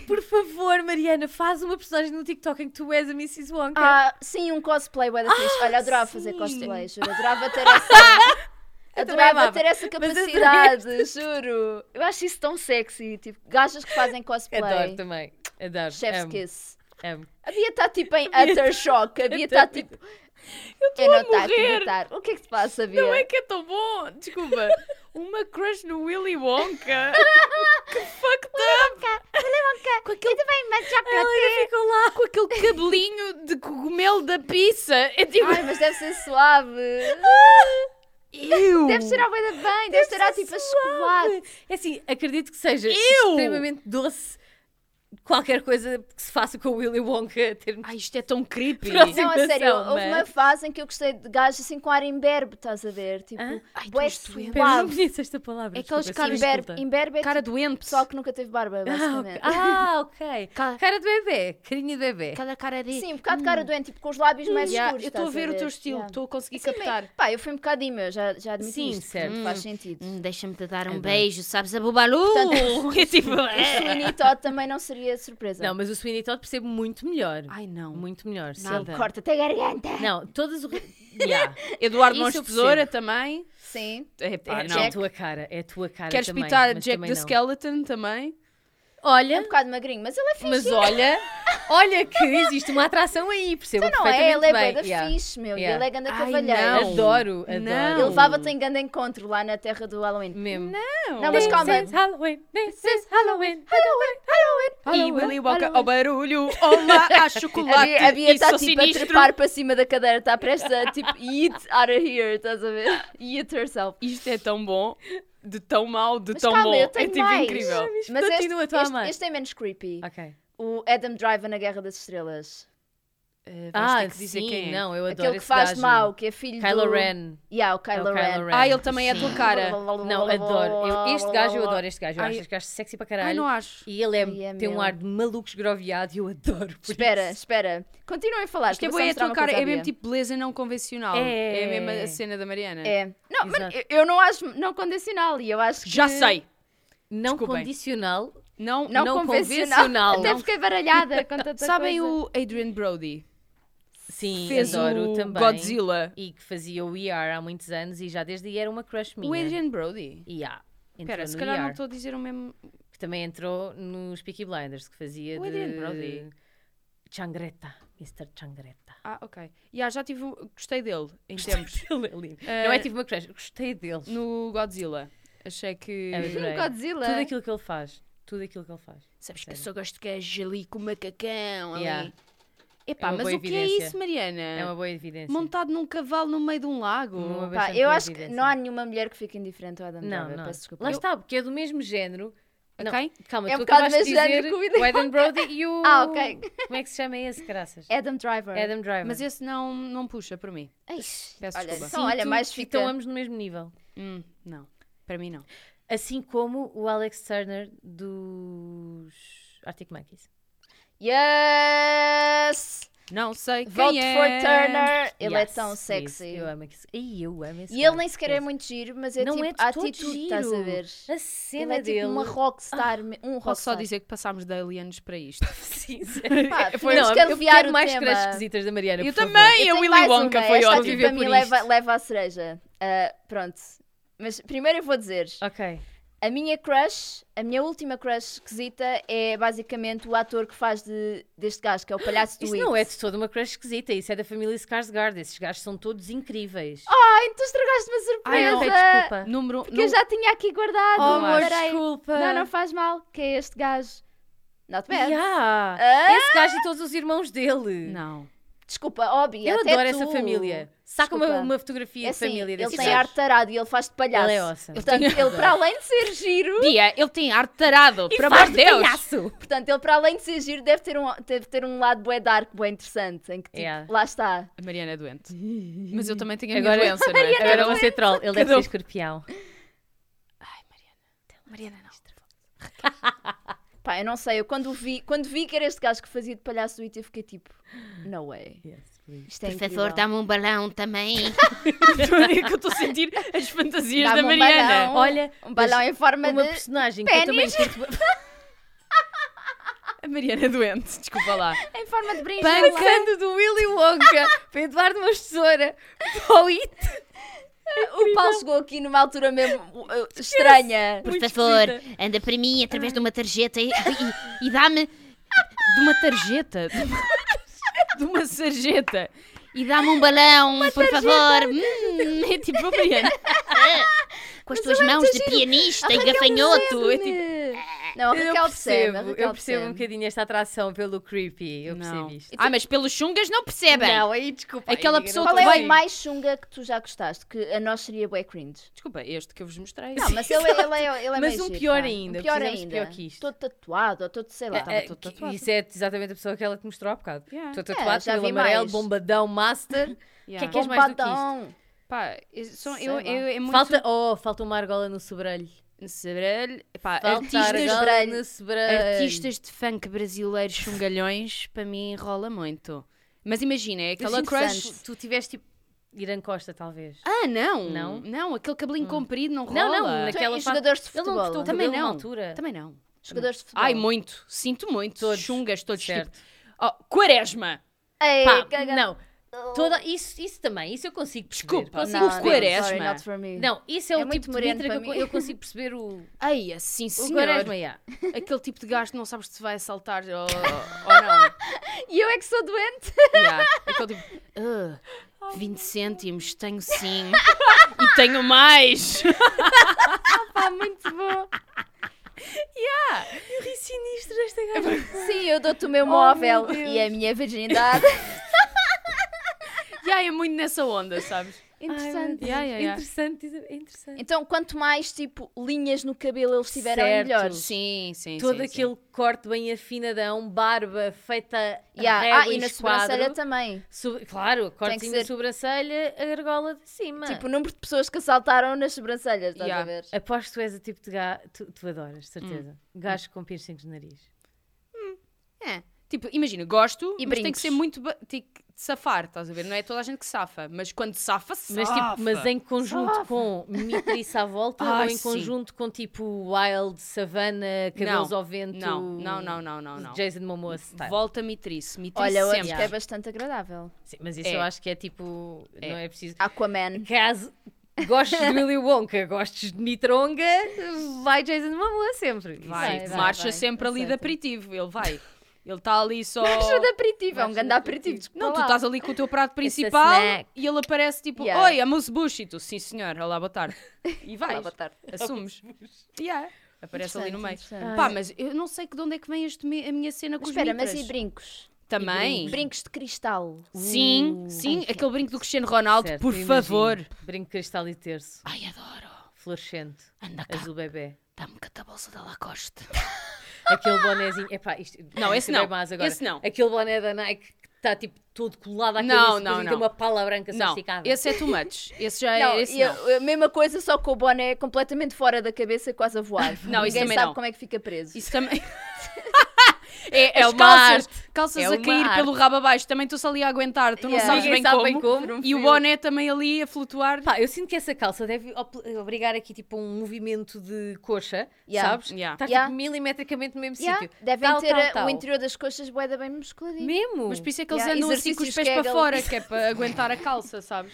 S2: Por favor, Mariana, faz uma personagem no TikTok em que tu és a Mrs. Wonka.
S3: Ah, sim, um cosplay bué da fixe. Olha, adorava fazer
S2: sim.
S3: cosplay, juro. Adorava ter essa... Adorava
S2: amava.
S3: ter essa
S2: Mas adorei
S3: capacidade, juro. Eu acho isso tão sexy, tipo, gajas que fazem
S2: Adoro
S3: cosplay.
S2: também. Adoro.
S3: Chef's
S2: Amo,
S3: kiss.
S2: amo.
S3: A Bia está tipo em
S2: Bia
S3: utter shock. A Bia está tipo. Eu
S1: a
S3: não tá
S1: morrer.
S3: acreditar. O que é que se passa, Bia?
S1: Não é que é tão bom! *laughs* Desculpa! Uma crush no Willy Wonka! que fucked up!
S3: Com aquele... Tudo bem, mas já
S2: Ela ainda ficou lá.
S1: Com aquele cabelinho de cogumelo da pizza! É tipo.
S3: Ai, mas deve ser suave.
S1: eu!
S3: Deve cheirar bem, bem. Deve cheirar tipo a chocolate.
S2: É assim, acredito que seja
S1: Eu?
S2: extremamente doce qualquer coisa que se faça com o Willy Wonka ter
S1: Ai, isto é tão creepy!
S2: Próximo.
S3: Não, a sério,
S2: Sensação,
S3: houve
S2: mas-
S3: uma fase em que eu gostei de gajos assim com ar imberbe, estás a ver? Tipo,
S2: Hã?
S1: Ai, tu
S3: bué
S1: és doente.
S2: Pera, não
S3: suave.
S2: conheço esta palavra.
S1: É aquelas
S2: desculpa,
S1: caras-
S2: sim,
S3: Imberbe,
S2: desculpa.
S3: imberbe é
S1: Cara
S3: tipo
S1: Tá doente!
S3: pessoal que nunca teve barba,
S2: Ah, ok.
S3: basicamente.
S2: Ah, ok.
S1: Cara-
S2: Cara de bebê, carinha de bebê.
S1: Aquela cara de.
S3: Sim, um bocado de cara doente, tipo com os lábios mais
S1: hum. Yeah,
S3: escuros.
S1: eu estou a
S3: estás
S1: ver o teu estilo,
S3: Yeah.
S1: estou a conseguir
S3: Assim, meio-
S1: captar.
S3: Pá, eu fui um bocado ímã, já, já admiti
S2: Sim,
S3: isto,
S2: certo.
S3: portanto, faz sentido.
S4: Hum, Deixa-me te dar um
S2: Adoro.
S4: beijo, sabes? A Bubalu!
S2: *laughs*
S4: É tipo,
S3: O Sweeney Todd também não seria surpresa.
S2: Não, mas o Sweeney Todd percebo muito melhor.
S1: Ai não,
S2: Muito melhor, sim.
S1: nada.
S3: Corta-te a garganta.
S2: Não, todas o. yeah.
S1: Eduardo
S2: Isso
S1: Mons
S2: eu
S1: Tesoura também.
S3: Sim.
S1: Epá,
S2: é,
S1: não.
S2: é a tua cara, é a tua cara.
S1: Queres
S2: também,
S1: pitar
S2: mas
S1: Jack
S2: também
S1: the
S2: não.
S1: Skeleton também?
S3: É um
S2: Olha,
S3: bocado magrinho, mas ele é fixe.
S2: mas olha, olha que existe uma atração aí, percebo
S3: Então não é,
S2: perfeitamente
S3: ele é
S2: bem.
S3: bué da
S2: Yeah.
S3: fixe, meu. E
S2: Yeah.
S3: ele é ganda
S1: Ai,
S3: cavalheiro.
S1: não.
S2: Adoro,
S1: Não.
S2: adoro.
S3: Ele levava-te em grande encontro lá na terra do Halloween.
S2: Mesmo.
S3: Não, mas calma.
S2: This is Halloween, this is Halloween. é
S1: E Willy Wonka ao barulho, olá, a chocolate,
S3: Havia, havia
S1: isso
S3: tá,
S1: é
S3: tipo a
S1: sinistro.
S3: trepar para cima da cadeira, está prestes a tipo eat out of here, estás a
S2: *laughs*
S3: ver? Eat herself.
S1: Isto é tão bom, de tão mau, de
S3: Mas
S1: tão
S3: calma,
S1: bom.
S3: eu
S1: é
S3: tenho
S1: tipo
S3: mais.
S1: incrível.
S3: Mas este,
S2: Continua, tu a
S3: este-
S2: amar.
S3: este é menos creepy.
S2: Ok.
S3: O Adam Driver na Guerra das Estrelas.
S1: Eh, vais
S2: Ah,
S1: ter que dizer
S2: sim,
S1: quem é.
S2: não, eu adoro
S3: Aquele que
S2: esse
S3: faz
S2: gajo.
S3: mal, que é filho do...
S2: Kylo Ren.
S3: Yeah, o
S2: É
S3: Kylo,
S2: o Kylo
S3: Ren.
S2: Ren.
S1: Ah, ele também é a tua cara.
S2: Não, adoro. Eu- este gajo eu adoro este gajo. Eu
S1: Ai,
S2: acho este gajo sexy para
S1: Ai,
S2: caralho.
S1: não acho.
S2: E ele
S3: Ai,
S2: é,
S3: é
S2: tem um
S3: meu.
S2: ar de maluco esgroviado e eu adoro. por
S3: Espera,
S2: isso.
S3: espera. Continuem a falar.
S1: Isto é
S3: que eu
S1: boa, é a
S3: vou só
S1: tua
S3: mostrar uma
S1: cara,
S3: coisa
S1: é
S3: à
S1: mesmo
S3: Bia.
S1: tipo beleza não convencional. É,
S2: É.
S1: mesmo a cena da Mariana.
S3: É. Não, mas
S2: Exato.
S3: eu- eu não acho não condicional e eu acho que.
S1: Já sei.
S2: Não
S1: Desculpem.
S2: condicional.
S1: Não,
S3: Não,
S2: não
S3: convencional.
S2: convencional.
S3: Até
S2: Não-
S3: fiquei baralhada com
S1: *laughs*
S3: tanta
S1: Sabem
S3: coisa.
S1: o Adrian Brody?
S2: Sim,
S1: Fez
S2: adoro
S1: o
S2: também.
S1: Godzilla.
S2: E que fazia o ER há muitos anos e já desde aí era uma crush minha.
S1: O Adrian Brody?
S2: E há.
S1: Espera,
S2: entrou
S1: se
S2: no
S1: calhar
S2: ER.
S1: não estou a dizer o mesmo.
S2: também entrou nos Peaky Blinders, que fazia
S1: O Adrian Brody.
S2: de... Changreta, Mr. Changreta.
S1: Ah, ok. Yeah, já tive. um- Gostei dele em tempos.
S2: Ele é lindo.
S1: Eh,
S2: Não é tive uma crush, gostei dele.
S1: No Godzilla. Achei que.
S2: É verdade. Adorei.
S3: Godzilla.
S2: Tudo aquilo que ele faz. Tudo aquilo que ele faz.
S4: Sabes que eu só gosto de gajo ali com o macacão. ali.
S2: Yeah,
S1: Epá,
S2: É uma
S1: mas
S2: boa
S1: o que é
S2: evidência.
S1: isso, Mariana?
S2: É uma boa evidência.
S1: Montado num cavalo no meio de um lago.
S2: Uma
S3: Eh, Pá,
S2: bastante
S3: eu
S2: boa
S3: acho que
S2: evidência.
S3: não há nenhuma mulher que fique indiferente ao Adam
S2: é Não,
S3: Driver.
S2: não.
S3: Peço desculpa.
S2: Lá está, porque é do mesmo género.
S1: A
S2: Não.
S1: quem?
S2: Calma,
S3: É
S2: tu
S3: um bocado
S2: acabaste de
S3: do mesmo
S2: dizer
S3: género que o
S2: o Adam Brody e o...
S3: *laughs* Ah, ok. é.
S2: Como é que se chama esse, graças?
S3: Adam Driver.
S2: Adam Driver.
S1: Mas esse não, não puxa para mim.
S3: Eish,
S1: Peço
S3: olha,
S2: Então,
S1: desculpa.
S3: só, olha,
S2: Sinto
S3: mais
S2: que
S3: fica...
S2: Estão ambos no mesmo nível.
S1: Hum, não. Para mim, não.
S2: Assim como o Alex Turner dos Arctic Monkeys.
S3: Yes!
S1: Não sei quem
S3: Vote
S1: é.
S3: for Turner. Ele é
S2: Yes,
S3: tão
S2: please.
S3: sexy.
S2: Eu amo esse. Ai, eu amo esse
S3: E ele
S2: cara.
S3: nem sequer é
S2: Yes.
S3: muito giro, mas é
S2: Não
S3: tipo
S2: é de
S3: a
S2: todo
S3: atitude, estás a
S2: giro.
S3: ver?
S2: A cena
S3: ele é tipo
S2: dele. *laughs*
S3: uma rockstar, me- um rockstar.
S1: Posso só dizer que passámos de aliens para isto.
S2: Sim,
S3: Pá,
S2: Foi
S3: temos
S2: não,
S3: que
S2: eu
S3: aliviar
S2: quero
S3: o
S2: mais
S3: tema.
S2: crushes esquisitas da Mariana.
S1: Eu
S2: por favor.
S1: também!
S3: Eu
S1: a
S3: tenho
S1: Willy
S3: mais
S1: Wonka
S3: uma.
S1: foi
S3: Esta
S1: ótima.
S3: aqui
S1: Viver
S3: para
S1: por
S3: mim
S1: isto.
S3: leva, leva à cereja. Ah, pronto. Mas primeiro eu vou dizer.
S2: Ok.
S3: A minha crush, a minha última crush esquisita é basicamente o ator que faz de, deste gajo, que é o palhaço do
S2: Isso
S3: It.
S2: não é de toda uma crush esquisita. Isso é da família Skarsgård. Esses gajos são todos incríveis.
S3: Ai, tu estragaste uma
S1: Ai,
S3: surpresa!
S1: não.
S2: Ok, desculpa.
S1: Número.
S3: Que eu já tinha aqui guardado.
S2: Oh,
S1: amor,
S2: amor,
S3: Peraí.
S2: desculpa.
S3: Não, não faz mal, que é este gajo. Not bad.
S2: Yeah.
S3: Ah!
S2: Esse gajo e todos os irmãos dele.
S1: Não.
S3: Desculpa, óbvio.
S2: Eu
S3: até
S2: adoro
S3: tu.
S2: essa família. Saca uma,
S3: Desculpa.
S2: uma fotografia
S3: É
S2: de
S3: assim,
S2: família
S3: ele
S2: desses
S3: tem
S2: gajos.
S3: ar tarado e ele faz de palhaço.
S2: Ele é awesome.
S3: Portanto, ele para além de ser giro,
S1: Dia, ele tem ar tarado,
S2: E
S1: por amor
S2: faz
S1: de
S2: de
S1: Deus.
S2: palhaço.
S3: portanto, ele para além de ser giro deve ter um, deve ter um lado bué dark, bué interessante, em que tipo,
S2: Yeah.
S3: lá está.
S1: A Mariana é
S2: *laughs*
S1: doente. Mas eu também tenho a minha
S2: Agora-
S1: doença, não é?
S2: Agora vou ser troll. Ele deve
S1: Cada
S2: ser
S1: um.
S2: escorpião.
S1: Mariana, não.
S3: Pá, eu não sei, eu quando vi, quando vi que era este gajo que fazia de palhaço do IT, eu fiquei tipo, no way. Isto é
S4: Por favor,
S3: incrível.
S4: dá-me um balão também.
S3: *laughs*
S1: Estou a dizer *laughs* que eu estou a sentir as fantasias
S3: Dá-me
S1: da
S3: um
S1: Mariana.
S3: balão.
S2: Olha,
S3: um balão em forma
S2: uma
S3: de.
S2: personagem que eu também
S3: pênis.
S2: *laughs* curto-
S1: A Mariana é doente, desculpa lá.
S3: Em forma de brinjela.
S2: Passando do Willy Wonka para Eduardo Mãos de Tesoura para o It.
S3: O Paulo chegou aqui numa altura mesmo uh, estranha.
S4: Por
S2: Muito
S4: favor,
S2: esquisita.
S4: anda para mim através de uma tarjeta e, e- e dá-me
S1: De uma tarjeta. *laughs* De uma, de uma sarjeta.
S3: *laughs*
S4: e dá-me um balão, por favor. Hum,
S1: É tipo a Mariana.
S4: com as tuas mãos de pianista e gafanhoto.
S3: Percebe-me.
S4: É tipo,
S3: Não, a
S2: Eu
S3: Raquel percebe.
S2: percebo,
S3: a
S2: eu
S3: Raquel
S2: percebo um
S3: percebe.
S2: bocadinho esta atração pelo creepy. Eu
S1: Não.
S2: percebo isto.
S4: Ah, mas pelos chungas não
S3: é
S4: percebem.
S2: Não, aí desculpa. aí
S1: Aquela
S2: diga,
S1: pessoa
S2: não
S3: Qual
S1: que
S2: vai-
S3: é
S1: Também.
S3: o mais chunga que tu já gostaste? Que a nós seria bué cringe.
S1: Desculpa, este que eu vos mostrei.
S3: Não, mas ele, ele é, ele é
S2: Mas
S3: meio
S2: um
S3: giro,
S2: pior
S3: pá.
S2: ainda,
S3: Um pior
S2: precisamos de
S3: ainda.
S2: pior que isto.
S3: Todo tatuado, ou todo, sei lá. tá
S1: Estava
S2: É,
S1: todo
S2: que-
S1: tatuado.
S2: Isso é exatamente a pessoa que ela te mostrou há bocado. Estou
S1: Yeah.
S3: É,
S2: tatuado,
S3: já
S2: cabelo
S3: vi
S2: amarelo,
S3: mais.
S2: bombadão, master.
S1: *laughs* Yeah.
S2: que é que- queres mais do
S3: Bombadão.
S1: Pá, eu- são-
S3: Sei
S1: eu-
S3: lá.
S1: eu- é muito...
S2: Falta, oh, falta uma argola no sobrelho.
S1: Sabrelho. Pá,
S2: Falta
S1: artistas,
S2: argola
S3: sobrelho.
S2: no sobrelho.
S1: artistas de funk brasileiros chungalhões, para mim enrola muito. Mas imagina, é aquela
S2: Aquela
S1: crush...
S2: crush, tu tiveste tipo Irã Costa, talvez.
S1: Ah, não.
S2: Não?
S1: Não, aquele cabelinho comprido não rola.
S2: Não, não,
S3: Tu-
S2: Aquela
S3: e
S2: fa-
S3: jogadores de
S2: Ele não
S3: futebol.
S2: cortou o
S1: Também
S2: cabelo na
S1: não.
S2: altura.
S1: Também não.
S3: Jogadores de futebol.
S1: Ai, muito. Sinto muito.
S2: Todos.
S1: Chungas, todos.
S2: Certo.
S1: Tipo, oh, quaresma.
S3: Ei,
S2: Pá,
S3: caga-
S2: não. Toda, isso, isso também, isso eu consigo perceber.
S1: Desculpa,
S2: Consigo
S1: não,
S2: perceber.
S1: Quaresma.
S3: sorry, not for me.
S2: Não, isso é,
S3: É
S2: o
S3: muito
S2: tipo de
S3: moreno
S2: mitra
S3: para
S2: que eu,
S3: mim.
S2: eu consigo perceber *laughs* o,
S1: Ai, assim,
S2: o
S1: senhor. *laughs*
S2: quaresma. yeah.
S1: Aquele tipo de gajo que não sabes se vai assaltar ou, *laughs* ou não.
S3: E eu é que sou doente?
S1: Yeah. Aquele tipo, "Ah, 20 cêntimos, tenho sim. e tenho *laughs* mais.
S3: Pá, muito bom.
S2: Eu ri sinistro esta gaja.
S3: *laughs* Sim, eu dou-te o meu
S2: Oh,
S3: móvel
S2: meu Deus.
S3: e a minha *laughs* virgindade.
S1: E yeah, é muito nessa onda, sabes?
S3: Interessante.
S1: Yeah, yeah, yeah.
S2: Interessante, é interessante.
S3: Então, quanto mais, tipo, linhas no cabelo eles tiverem,
S2: Certo.
S3: melhor.
S1: Sim, sim,
S2: Todo
S1: sim,
S2: aquele corte bem afinadão, barba feita a
S3: Yeah.
S2: régua
S3: Ah, e na
S2: esquadro.
S3: sobrancelha também.
S2: Sob- Claro, cortezinho
S3: ser-
S2: da sobrancelha, a argola de cima.
S3: Tipo, o número de pessoas que assaltaram nas sobrancelhas, estás
S1: Yeah.
S3: a ver?
S2: Aposto que tu és o tipo de gajo. Tu, tu adoras, certeza.
S1: Hum.
S2: Gajo com piercings de nariz.
S1: sim. É. Tipo, imagina, gosto,
S3: E
S1: mas tem que
S3: brincos.
S1: ser muito... ba- Tem que safar, estás a ver? Não é toda a gente que safa. Mas quando safa, Hum. safa.
S2: Mas, tipo, mas em conjunto com Mitrice
S1: *laughs*
S2: à volta
S1: Ai,
S2: ou em
S1: sim.
S2: conjunto com tipo Wild, Savana, Cabelos
S1: Não,
S2: ao Vento,
S1: Não, não, não, não, não. não.
S2: Jason Momoa style.
S1: Volta mitrice, mitrice
S3: Olha, eu
S1: sempre.
S3: acho que é bastante agradável.
S2: Sim, mas isso
S1: É.
S2: eu acho que é tipo, não é preciso.
S3: Aquaman.
S2: Caso, Gostes de Willy Wonka, gostes de Nitronga, vai Jason Momoa sempre. é
S1: Vai,
S3: vai,
S1: marcha
S3: vai,
S1: sempre ali de
S3: aceita.
S1: aperitivo, ele vai.
S3: *laughs*
S1: Ele está ali só.
S3: Marcha de aperitivo, é um
S2: Marcha
S3: grande
S2: de
S3: Oh. aperitivo. desculpa
S1: Não, tu
S3: lá.
S1: estás ali com o teu prato principal
S2: snack.
S1: e ele aparece tipo,
S3: Yeah.
S1: oi, amo-se Bush e tu, sim senhor, olá, boa
S3: *laughs*
S1: tarde. E
S3: Olá,
S1: vais,
S3: boa tarde.
S1: assumes. Yeah. Aparece ali no meio.
S3: Interessante, interessante.
S1: Pá, mas eu não sei que de onde é que vem este me- a minha cena com
S3: Mas espera,
S1: os
S3: mas
S1: mitras.
S3: e brincos?
S1: Também. Uh,
S3: Brincos de cristal. Hum.
S1: Sim, sim,
S3: Ai,
S1: aquele brinco do Cristiano Ronaldo,
S2: Certo,
S1: por
S2: imagino.
S1: favor.
S2: Brinco cristal e terço,
S1: Ai, adoro.
S2: fluorescente,
S1: Anda cá,
S2: azul bebê.
S1: dá-me cá a bolsa da Lacoste.
S2: Aquele bonézinho. Epá, isto,
S1: Não, esse
S2: isto é bem
S1: não,
S2: mais agora.
S1: esse não.
S2: Aquele boné da Nike que está tipo todo colado à
S1: Não, não,
S2: cabeça não, e
S1: não.
S2: tem uma pala branca
S1: Não,
S2: sofisticada.
S1: esse é too much. Esse
S3: *laughs*
S1: já é.
S3: Não,
S1: esse
S3: e a,
S1: não.
S3: a mesma coisa, só com o boné é completamente fora da cabeça, quase a voar.
S1: *laughs* Não, isso
S3: Ninguém
S1: também
S3: sabe
S1: não.
S3: como é que fica preso.
S1: Isso também. é, é
S2: As
S1: uma calças, calças
S2: É
S1: a
S2: uma
S1: cair
S2: arte.
S1: pelo rabo abaixo, também estou-se ali a aguentar, tu não
S3: Yeah.
S1: sabes
S2: Ninguém
S1: bem,
S2: sabe
S1: como.
S2: bem como.
S1: E o boné também ali a flutuar.
S2: Pá, eu sinto que essa calça deve op- obrigar aqui tipo um movimento de coxa,
S3: Yeah.
S2: sabes?
S1: Yeah.
S2: Está
S3: Yeah.
S2: tipo milimetricamente no mesmo
S1: um
S3: Yeah,
S2: sítio.
S3: Devem
S2: Tal,
S3: ter
S2: tal,
S3: a-
S2: tal.
S3: o interior das coxas boeda bem musculadinho.
S2: Mesmo.
S1: Mas por isso é que eles
S3: Yeah,
S1: andam assim com os
S3: exercícios
S1: pés para
S3: Kegel.
S1: fora, que é para aguentar a calça, sabes?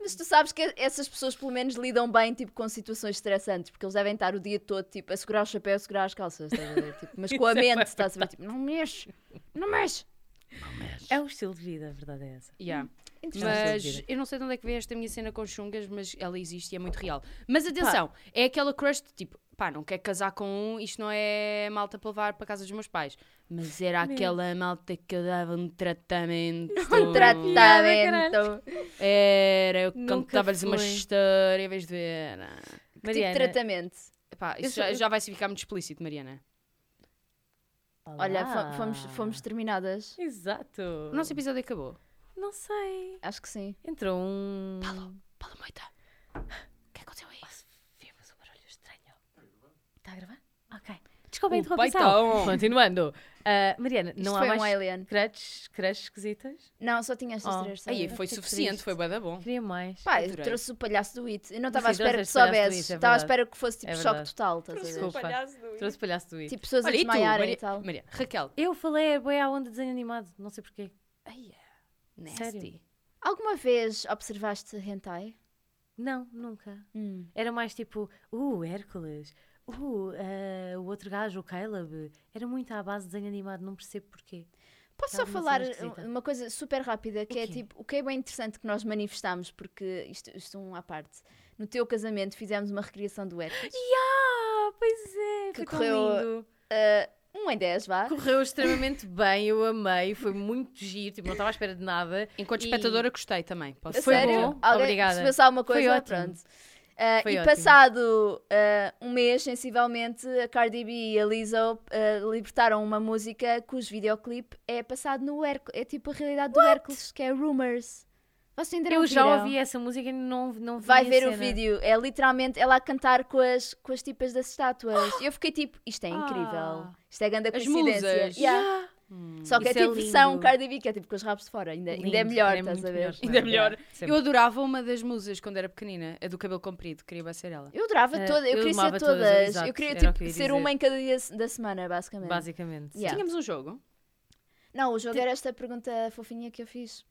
S3: Mas tu sabes que essas pessoas pelo menos lidam bem tipo, com situações estressantes, porque eles devem estar o dia todo tipo, a segurar o chapéu, a segurar as calças, estás a ver?
S1: *laughs*
S3: Tipo, mas com a
S2: Isso é
S3: mente estás a ver, tipo, não mexe, não mexe.
S2: É um estilo de vida, a verdade é essa.
S1: Yeah.
S2: Interessante.
S1: Mas eu não sei de onde é que veio esta minha cena com chungas, mas ela existe e é muito real. Mas atenção, é aquela crush de tipo, pá, não quer casar com um, isto não é malta para levar para casa dos meus pais. Mas era aquela malta que eu dava um tratamento.
S3: Um
S1: é
S3: Tipo, tratamento.
S1: Era, eu
S2: Nunca
S1: contava-lhes uma
S2: foi.
S1: história em vez de ver.
S3: Que tipo de tratamento.
S1: Pá,
S2: Eu
S1: isso
S2: sou-
S1: já,
S2: eu-
S1: já vai se ficar muito explícito, Mariana.
S2: Olá.
S3: Olha, fo- fomos,
S1: Ah.
S3: fomos terminadas.
S2: Exato.
S1: O nosso episódio acabou.
S2: Não sei.
S3: Acho que sim.
S2: Entrou um.
S1: Fala, moita. O
S2: é
S1: que aconteceu aí?
S2: Posso Vimos um barulho estranho. Está Tá a gravar? Ok. Desculpa a
S1: O
S2: interrupção.
S1: peitão.
S2: Continuando. Ah, Mariana, não
S3: Isto
S2: há
S3: foi
S2: mais
S3: um alien.
S2: crushes, crushes esquisitas?
S3: Não, só tinha estas
S2: Oh.
S3: três. sabe?
S1: Aí, foi
S2: que
S1: suficiente,
S2: triste. um
S1: foi bué da bom.
S2: Queria mais.
S3: Pá, eu
S1: Adorei.
S3: trouxe o palhaço do It. Eu não estava à
S2: Sim,
S3: espera que
S2: trouxe o palhaço do
S3: soubesses.
S2: It, é
S3: Estava à
S2: verdade.
S3: espera que fosse tipo
S2: É
S3: choque
S2: verdade.
S3: total. Estás a ver?
S2: Desculpa. Trouxe o palhaço do It.
S3: Tipo pessoas a
S1: Olha, e tu,
S3: desmaiarem e,
S1: Maria-
S3: tal.
S1: Maria- Raquel?
S2: Eu falei, é boia à onda de desenho animado, não sei porquê.
S1: Ai, é.
S2: Sério?
S1: Nasty.
S3: Alguma vez observaste hentai?
S2: Não, nunca. Era mais tipo, uh, Hércules, uh, eh, o outro gajo, o Caleb. Era muito à base de desenho animado, não percebo porquê.
S3: Posso
S2: Tá
S3: só
S2: uma cena
S3: falar
S2: esquisita.
S3: uma coisa super rápida que é
S2: quê?
S3: tipo o que é bem interessante que nós manifestámos, porque isto, isto é um à parte. No teu casamento fizemos uma recriação do Hércules.
S2: Ah, pois é,
S3: Que
S2: foi tão
S3: correu-
S2: lindo.
S3: Um em dez, vá.
S2: Correu extremamente bem, eu amei, foi muito giro, tipo, não estava à espera de nada.
S1: Enquanto
S2: E-
S1: espectadora, gostei também. Posso
S3: A
S2: Foi
S3: sério?
S2: bom,
S3: Alguém
S2: obrigada.
S3: percebeu-se alguma
S2: Foi
S3: coisa?
S2: ótimo.
S3: Pronto. Ah,
S2: Foi
S3: e
S2: ótimo.
S3: passado ah, um mês, sensivelmente, a Cardi B e a Lizzo ah, libertaram uma música cujo videoclipe é passado no Hércules. É tipo a realidade do Hércules, que é Rumors. Vocês ainda não
S2: Eu já
S3: viram?
S2: ouvi essa música e não, não
S3: um
S2: vi
S3: Vai
S2: a
S3: ver o
S2: cena.
S3: vídeo. É literalmente ela a cantar com as, com as tipas das
S2: *gasps*
S3: estátuas. Eu fiquei tipo, isto é incrível.
S2: Ah.
S3: Isto é grande
S1: As
S3: coincidência.
S1: musas.
S3: Yeah.
S2: *gasps*
S3: Só que é
S2: Isso é
S3: tipo versão
S2: lindo.
S3: Cardi B, que é tipo com os rabos de fora. Ainda, ainda é
S2: Lindo,
S3: melhor,
S2: ainda é
S3: estás
S2: muito
S3: a *laughs* ver?
S2: melhor.
S1: Ainda melhor.
S2: Sempre.
S1: Eu adorava uma das musas quando era pequenina, a do cabelo comprido, queria bem ser ela.
S3: Eu adorava
S2: Eh,
S3: toda, eu,
S2: eu
S3: queria ser
S2: amava
S3: todas.
S2: todas, exato,
S3: Eu queria
S2: era
S3: tipo,
S2: o que eu ia
S3: ser
S2: dizer.
S3: uma em cada dia se- da semana, basicamente.
S2: Basicamente. tipo
S3: Yeah.
S1: Tínhamos um jogo
S3: Não, o jogo era esta pergunta fofinha que eu fiz.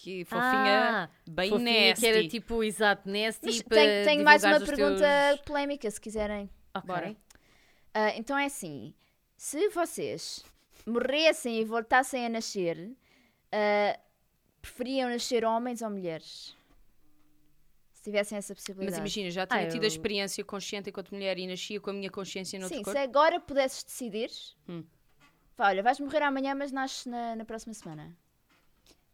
S1: que fofinha,
S2: Ah,
S1: bem
S2: fofinha,
S1: nasty.
S2: que era tipo, exato, nasty.
S3: Mas
S2: para
S3: tenho, tenho mais uma
S2: divulgares Tipo, eh, os
S3: pergunta
S2: Teus...
S3: polémica, se quiserem.
S2: Ok.
S1: Bora.
S3: Ah, então é assim: se vocês morressem e voltassem a nascer, ah, preferiam nascer homens ou mulheres? Se tivessem essa
S1: Mas
S3: possibilidade.
S1: imagina, já tinha
S2: Ah,
S1: tido a
S2: eu-
S1: experiência consciente enquanto mulher e nascia com a minha consciência noutro
S3: Sim, se
S1: corpo.
S3: agora pudesses decidir,
S1: Hum.
S3: pá, olha, vais morrer amanhã, mas nasces na, na próxima
S2: *laughs*
S3: semana.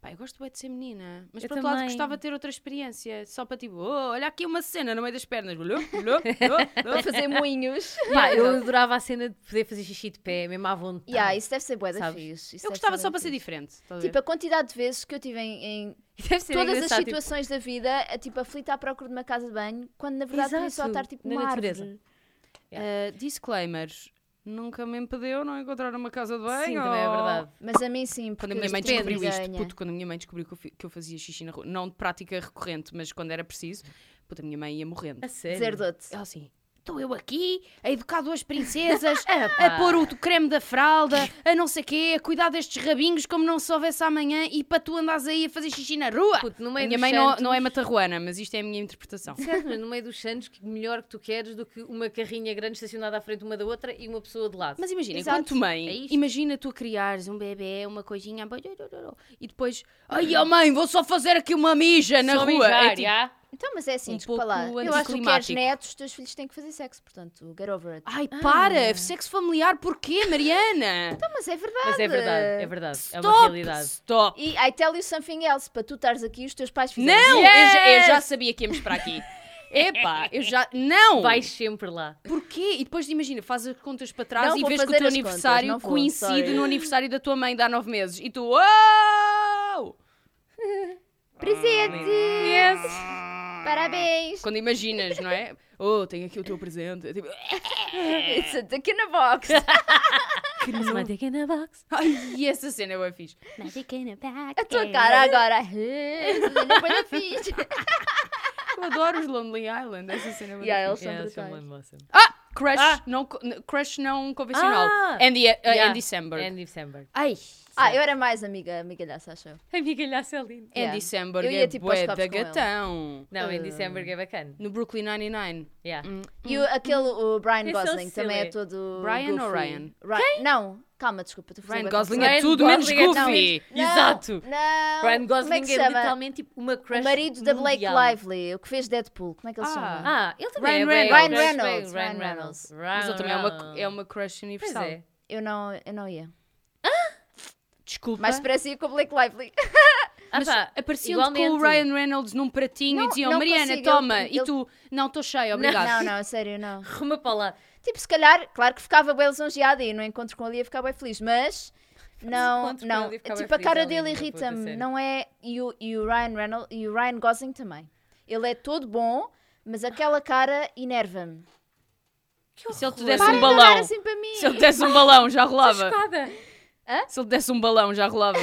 S1: Pá, eu gosto bem de ser menina, mas
S2: Eu
S1: por outro lado
S2: também.
S1: gostava de ter outra experiência, só para tipo, oh, olha aqui uma cena no meio das pernas. Olhou,
S2: *laughs*
S1: olhou, olhou.
S3: Para fazer moinhos.
S2: Pá, eu adorava a cena de poder fazer xixi de pé, mesmo à vontade.
S3: então. Yeah, isso deve ser bué da
S2: Sabes?
S3: fixe. isso
S1: Ah, Eu
S3: deve
S1: gostava
S3: bué
S1: só
S3: da
S1: para ser é.
S3: fixe.
S1: diferente. estás a ver?
S3: Tipo, a quantidade de vezes que eu tive em, em
S2: Deve
S1: é
S2: ser
S3: todas as
S2: engraçado, tipo,
S3: situações da vida a tipo aflita à procura de uma casa de banho, quando na verdade podia só
S2: Exato,
S3: estar tipo
S2: na
S3: uma
S2: natureza.
S3: árvore.
S1: Uh, disclaimers. Nunca me impediu não encontrar uma casa de banho.
S2: Sim, também é
S1: ou-
S2: verdade.
S3: Mas a mim sim,
S1: Quando
S3: porque
S1: a minha mãe
S3: isto
S1: descobriu isto,
S3: ganha.
S1: puto, quando a minha mãe descobriu que eu, fi- que eu fazia xixi na rua, não de prática recorrente, mas quando era preciso, puto, a minha mãe ia morrendo.
S2: A sério.
S3: Dizer dote.
S1: Ela assim, Estou eu aqui a educar duas *laughs* princesas,
S2: Epá.
S1: a pôr o creme da fralda, a não sei quê, a cuidar destes rabinhos como não se houvesse amanhã e para tu andares aí a fazer xixi na rua.
S2: Puto, no meio
S1: Minha
S2: dos
S1: mãe não,
S2: santos-
S1: não é matarruana, mas isto é a minha interpretação.
S2: Certo, mas no meio dos santos, que melhor que tu queres do que uma carrinha grande estacionada à frente uma da outra e uma pessoa de
S1: *laughs*
S2: lado.
S1: Mas imagina,
S3: Exato.
S1: enquanto mãe,
S2: É isto.
S1: imagina tu a criares um bebê, uma coisinha, e depois, ai, ó mãe, vou só fazer aqui uma mija na
S2: Só
S1: rua.
S2: mijar,
S1: É tipo,
S2: já.
S3: Então, mas é assim,
S1: Um
S3: desculpa lá.
S1: pouco
S3: Eu acho que tu queres
S1: anticlimático.
S3: netos, os teus filhos têm que fazer sexo, portanto, get over it.
S1: Ai, para, é sexo familiar, porquê,
S3: *laughs*
S1: Mariana?
S3: Então, mas é verdade.
S2: Mas é verdade, é verdade.
S1: Stop,
S2: É uma realidade.
S1: stop.
S3: E I tell you something else, para tu estares aqui, os teus pais fizeram.
S1: Não, eu
S2: Yes!
S1: já- eu, já sabia que íamos para aqui. Epá, eu já. Não!
S2: Vais sempre lá.
S1: Porquê? E depois imagina, faz as contas para trás
S3: Não
S1: e
S3: vou
S1: vês que o
S3: fazer
S1: teu
S3: as contas,
S1: aniversário
S3: não vou,
S1: coincide
S3: sorry.
S1: no aniversário da tua mãe de há nove meses. E tu. Uau!
S3: Presente!
S1: Yes!
S3: Parabéns!
S1: Quando imaginas, não é? Oh, tenho aqui o teu presente. É tipo, *laughs* É.
S3: It's a dick in a box. *laughs*
S1: que não- Ai, e essa cena é eu a fiz.
S4: Magic in a bag.
S3: a
S1: É.
S3: tua cara agora. *laughs* Não foi da fixe.
S1: Eu adoro os Lonely Island, É, essa cena. eu a
S3: Yeah,
S1: fiz.
S3: eles
S2: é
S3: são brutais.
S2: Em
S1: Ah! Crash,
S2: Ah!
S1: Não, co- n- crash não convencional.
S2: Ah!
S1: Andy, uh, Andy Samberg.
S2: É December.
S1: Ai,
S3: Ah, eu era mais amiga, amigalhaça, acho eu.
S2: Amiga, lhe é lindo.
S3: Yeah.
S1: Andy Samberg
S3: Eu ia,
S1: é
S3: tipo, aos
S1: bué
S3: copos
S1: da
S3: com ele.
S1: gatão.
S2: Não, em
S3: Ah.
S2: December é bacana.
S1: No Brooklyn 99.
S2: Yeah.
S3: E o, aquele, o Brian
S2: It's so
S3: Gosling, também é
S2: silly.
S3: todo.
S1: Brian ou
S3: goofy.
S1: Ryan?
S3: Ri- Não, calma, desculpa. tu
S1: Ryan
S3: fazes
S1: Gosling
S3: bem
S1: é
S2: Ryan
S1: tudo menos
S2: Gosling é tudo
S1: goofy.
S2: menos-
S3: confusão. Não,
S2: Exato.
S3: Não!
S2: Ryan
S3: Como é que
S2: Gosling
S3: se
S2: é,
S3: chama?
S2: literalmente tipo uma crush
S3: O marido da Blake
S2: mundial.
S3: Lively, o que fez Deadpool. Como é que ele se
S1: Ah.
S3: chama?
S2: Ah, ele também
S1: Ryan
S2: é bem-
S3: Reynolds.
S2: bem-
S3: Ryan
S2: bem-
S3: Reynolds,
S2: Ryan
S3: Ryan
S2: Reynolds.
S1: Mas ele também é uma,
S3: Ah.
S2: Ryan
S1: é uma crush
S2: Pois
S1: universal.
S2: é.
S3: Eu não, eu não ia.
S1: Desculpa.
S3: Mais parecia com o Blake Lively.
S2: Ah,
S1: Mas
S2: pá,
S1: apareciam
S2: igualmente.
S1: com o Ryan Reynolds num pratinho
S3: Não,
S1: e diziam
S3: não
S1: Mariana,
S3: consigo,
S1: toma.
S3: ele- ele-
S1: E tu, não, estou cheia, obrigado.
S3: Não, não, a sério, não.
S2: Ruma para lá.
S3: Tipo, se calhar, claro que ficava bem lisonjeada e no encontro com ele ia ficar bem feliz,
S2: *laughs*
S3: mas. Não,
S2: encontro com
S3: não.
S2: ele ia ficar bem
S3: Tipo, a
S2: feliz,
S3: cara
S2: é
S3: dele
S2: lindo, puta,
S3: irrita-me,
S2: sério.
S3: não é? E o, e o Ryan Reynolds e o Ryan Gosling também. Ele é todo bom, mas aquela cara enerva-me.
S1: Se ele te desse
S3: Para
S1: um
S3: de olhar
S1: balão.
S3: assim para mim.
S1: Se ele te desse um balão, já rolava.
S2: Espada.
S1: Se ele te desse um balão, já rolava.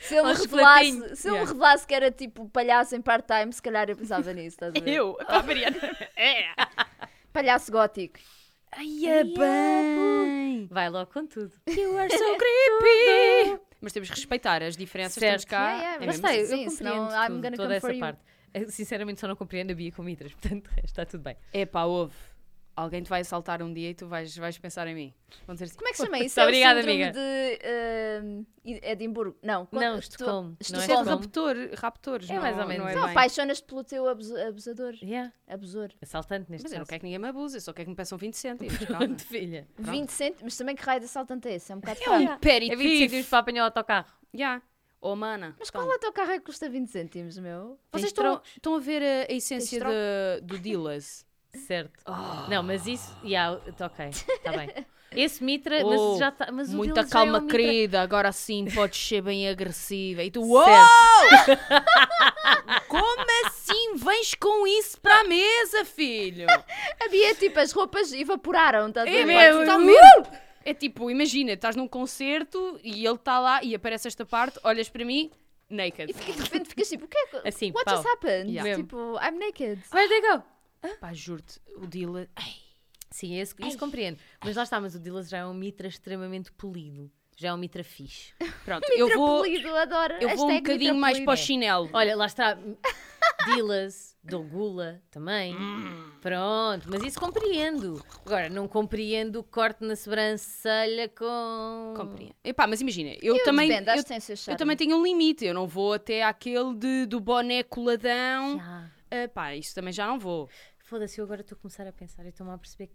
S3: Se ele, me
S2: Aos
S3: revelasse,
S2: platinhos.
S3: se ele me
S1: Yeah.
S3: revelasse que era tipo palhaço em part-time, se calhar eu pensava nisso,
S2: *laughs*
S3: estás a ver?
S1: Eu? Pá, Mariana.
S3: Palhaço gótico.
S1: Ai, é bem.
S2: Vai logo com tudo.
S1: You are
S3: É
S1: so creepy. Mas temos que respeitar as diferenças.
S2: Certo.
S1: Estamos cá.
S3: Yeah, yeah,
S1: é
S3: mas
S1: mesmo
S2: Está,
S3: sim,
S2: eu, eu
S3: sim,
S2: compreendo
S3: senão I'm
S2: tudo,
S3: gonna
S2: assim. toda
S3: come
S2: essa
S3: for you.
S2: parte. *laughs* Eu, sinceramente, só não compreendo a Bia com mitras, *laughs* portanto, de resto, está tudo bem.
S1: assim. Epá, ouve. Alguém te vai assaltar um dia e tu vais, vais pensar em mim. Vão dizer assim,
S3: Como é que
S2: *laughs*
S3: se chama
S2: Muito
S3: isso? É o
S2: obrigada,
S3: síndrome
S2: amiga.
S3: de ah, Edimburgo. Não, quando-
S2: Não,
S3: tu- tu-
S2: Estocolmo. Não é
S1: Isso é
S2: Estocolmo?
S1: raptor, raptores,
S2: É
S1: não-
S2: mais ou menos.
S1: Não é
S3: Não,
S1: bem.
S3: apaixonas-te pelo teu abus- abusador.
S2: Yeah.
S3: Abusor.
S2: Assaltante neste
S1: Mas eu não
S2: caso.
S1: quero que ninguém me abuse, eu só quero que me peçam 20 *laughs* cêntimos. calma.
S2: Pronto, filha.
S3: 20 cent... Mas também que raio de assaltante é esse? É um bocado
S1: Um
S3: caro.
S2: É 20 cêntimos
S1: peritivo.
S2: para apanhar o autocarro.
S1: Já. Oh, mana.
S3: Mas qual é o teu carro é que custa 20 cêntimos, meu?
S1: Vocês
S2: Tens
S1: estão, estão a ver a, a essência
S3: Tens
S1: da- do *laughs* Dillas?
S2: Certo. Não, mas isso. Yeah, tá ok, está bem. Esse mitra,
S1: Oh,
S2: mas já está. Mas o
S1: Muita
S2: deles já é
S1: calma,
S2: um mitra.
S1: querida. Agora sim podes ser bem agressiva. E tu, uou!
S2: Certo.
S1: *laughs* Como assim vens com isso para a mesa, filho?
S3: Havia tipo as roupas evaporaram, estás a
S1: É
S3: ver? Tipo, tá
S1: mesmo,
S3: Total-
S1: totalmente. É tipo, imagina, estás num concerto e ele está lá e aparece esta parte, olhas para mim, naked.
S3: E fica- de repente ficas tipo, o que é que.
S2: Assim,
S3: What
S2: pau.
S3: just happened?
S1: Yeah.
S2: Mesmo.
S3: Tipo, I'm naked.
S2: Where they go?
S1: Pá, juro-te, o Dila.
S2: Sim, esse, isso compreendo. Mas lá está, mas o Dillas já é um mitra extremamente polido. Já é um mitra fixe.
S1: Pronto, *laughs* eu vou,
S3: Polido, adoro.
S1: eu vou um
S3: Hashtag
S1: bocadinho mais
S3: Mitrapolido.
S1: para o chinelo.
S2: Olha, lá está. Dillas, Dogula também. Pronto, mas isso compreendo. Agora, não compreendo o corte na sobrancelha com.
S1: Compreendo. Epá, mas imagina, eu,
S3: Eu
S1: também.
S3: dependo,
S1: eu-
S3: acho que tem o seu
S1: Eu
S3: charme.
S1: também tenho um limite, eu não vou até àquele de, do boné coladão.
S2: Já.
S1: Ah, pá, isso também já não vou.
S2: Foda-se, eu agora estou a começar a pensar e estou-me a perceber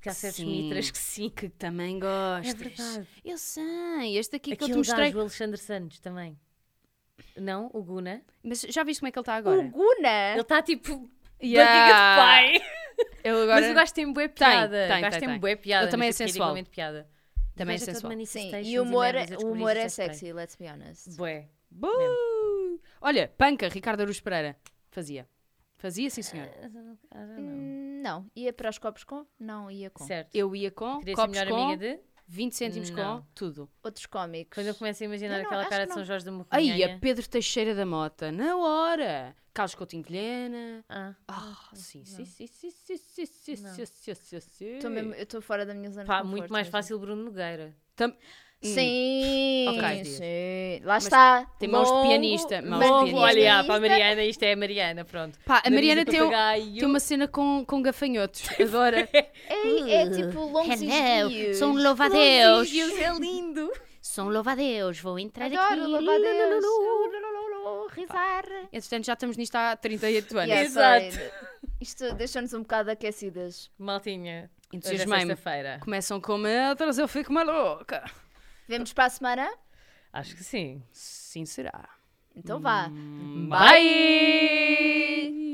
S2: que há certos
S1: Sim.
S2: mitras que sim.
S1: Que também gostas.
S2: É verdade.
S1: Eu sei, este aqui que eu te
S2: Aquele
S1: mostrei.
S2: gajo, o Alexandre Santos também. Não, o Guna.
S1: Mas já viste como é que ele está agora?
S3: O Guna.
S2: Ele está tipo.
S1: É. Yeah.
S2: Barriga de pai.
S1: Ele agora
S2: Mas o gajo tem bué piada.
S1: tem,
S2: o
S1: tem,
S2: gajo tem,
S1: tem.
S2: bué piada.
S1: Ele também
S2: mas
S1: é
S2: aqui
S1: sensual.
S2: igualmente piada.
S1: também é
S2: O gajo todo
S1: sensual.
S3: Sim,
S2: manifestations
S3: e o humor,
S2: merdas, eu
S3: o
S2: descobri
S3: humor
S2: isto
S3: é
S2: esta estreia.
S3: sexy, let's be honest.
S2: Bué.
S1: Buu! Olha, panca, Ricardo Aruz Pereira. Fazia. Fazia, sim, senhor.
S2: Ah,
S3: Hum, Não. Ia para os copos com? Não, ia com.
S2: Certo.
S1: Eu ia com
S2: Queria ser
S1: copos
S2: melhor
S1: com
S2: amiga de.
S1: 20 cêntimos
S2: Não.
S1: com tudo.
S3: Outros cómicos.
S2: Quando eu começo a imaginar
S3: Não, não,
S2: aquela
S3: acho
S2: cara
S3: que
S2: de São
S3: não.
S2: Jorge da Morrinha.
S1: Aí, a Pedro Teixeira da Mota, na hora. Carlos Coutinho de Vilhena.
S2: ah,
S1: Ah, sim, sim, sim, sim, sim, sim, sim,
S2: Não.
S1: sim, sim, sim, sim.
S3: Tô mesmo- eu estou fora da minha zona
S2: pá,
S3: de
S2: muito
S3: conforto
S2: mais
S3: mesmo.
S2: fácil Bruno Nogueira.
S3: Sim,
S1: Ok.
S3: sim. Lá está.
S1: tem mãos de
S3: Longo,
S1: pianista, mãos de
S3: longo,
S1: pianista.
S2: Olha, ah,
S3: pianista.
S2: para a Mariana, isto é a Mariana, pronto.
S1: Pá, a
S2: Nariz
S1: Mariana
S2: de
S1: tem, um-
S2: papagaio.
S1: tem uma cena com, com gafanhotos.
S2: *laughs*
S1: Adora.
S3: É, é tipo longos
S4: Hello,
S3: e
S4: sou um
S2: Deus,
S4: louva-a-Deus.
S2: é lindo.
S4: Sou um louva-a-Deus, vou entrar aqui.
S3: Adoro louvar Deus. Lulululu, Risar.
S1: Entretanto, já estamos nisto há 38 anos.
S3: Yeah,
S1: Yeah.
S2: Exato.
S3: sorry. é Isto deixou-nos um bocado aquecidas.
S2: Maltinha, hoje é
S1: Entusiasmei-me.
S2: sexta-feira.
S1: Começam com metros, eu fico maluca.
S3: Vemos para a semana?
S2: Acho que sim.
S1: Sim, será.
S3: Então vá.
S1: Hum. Bye!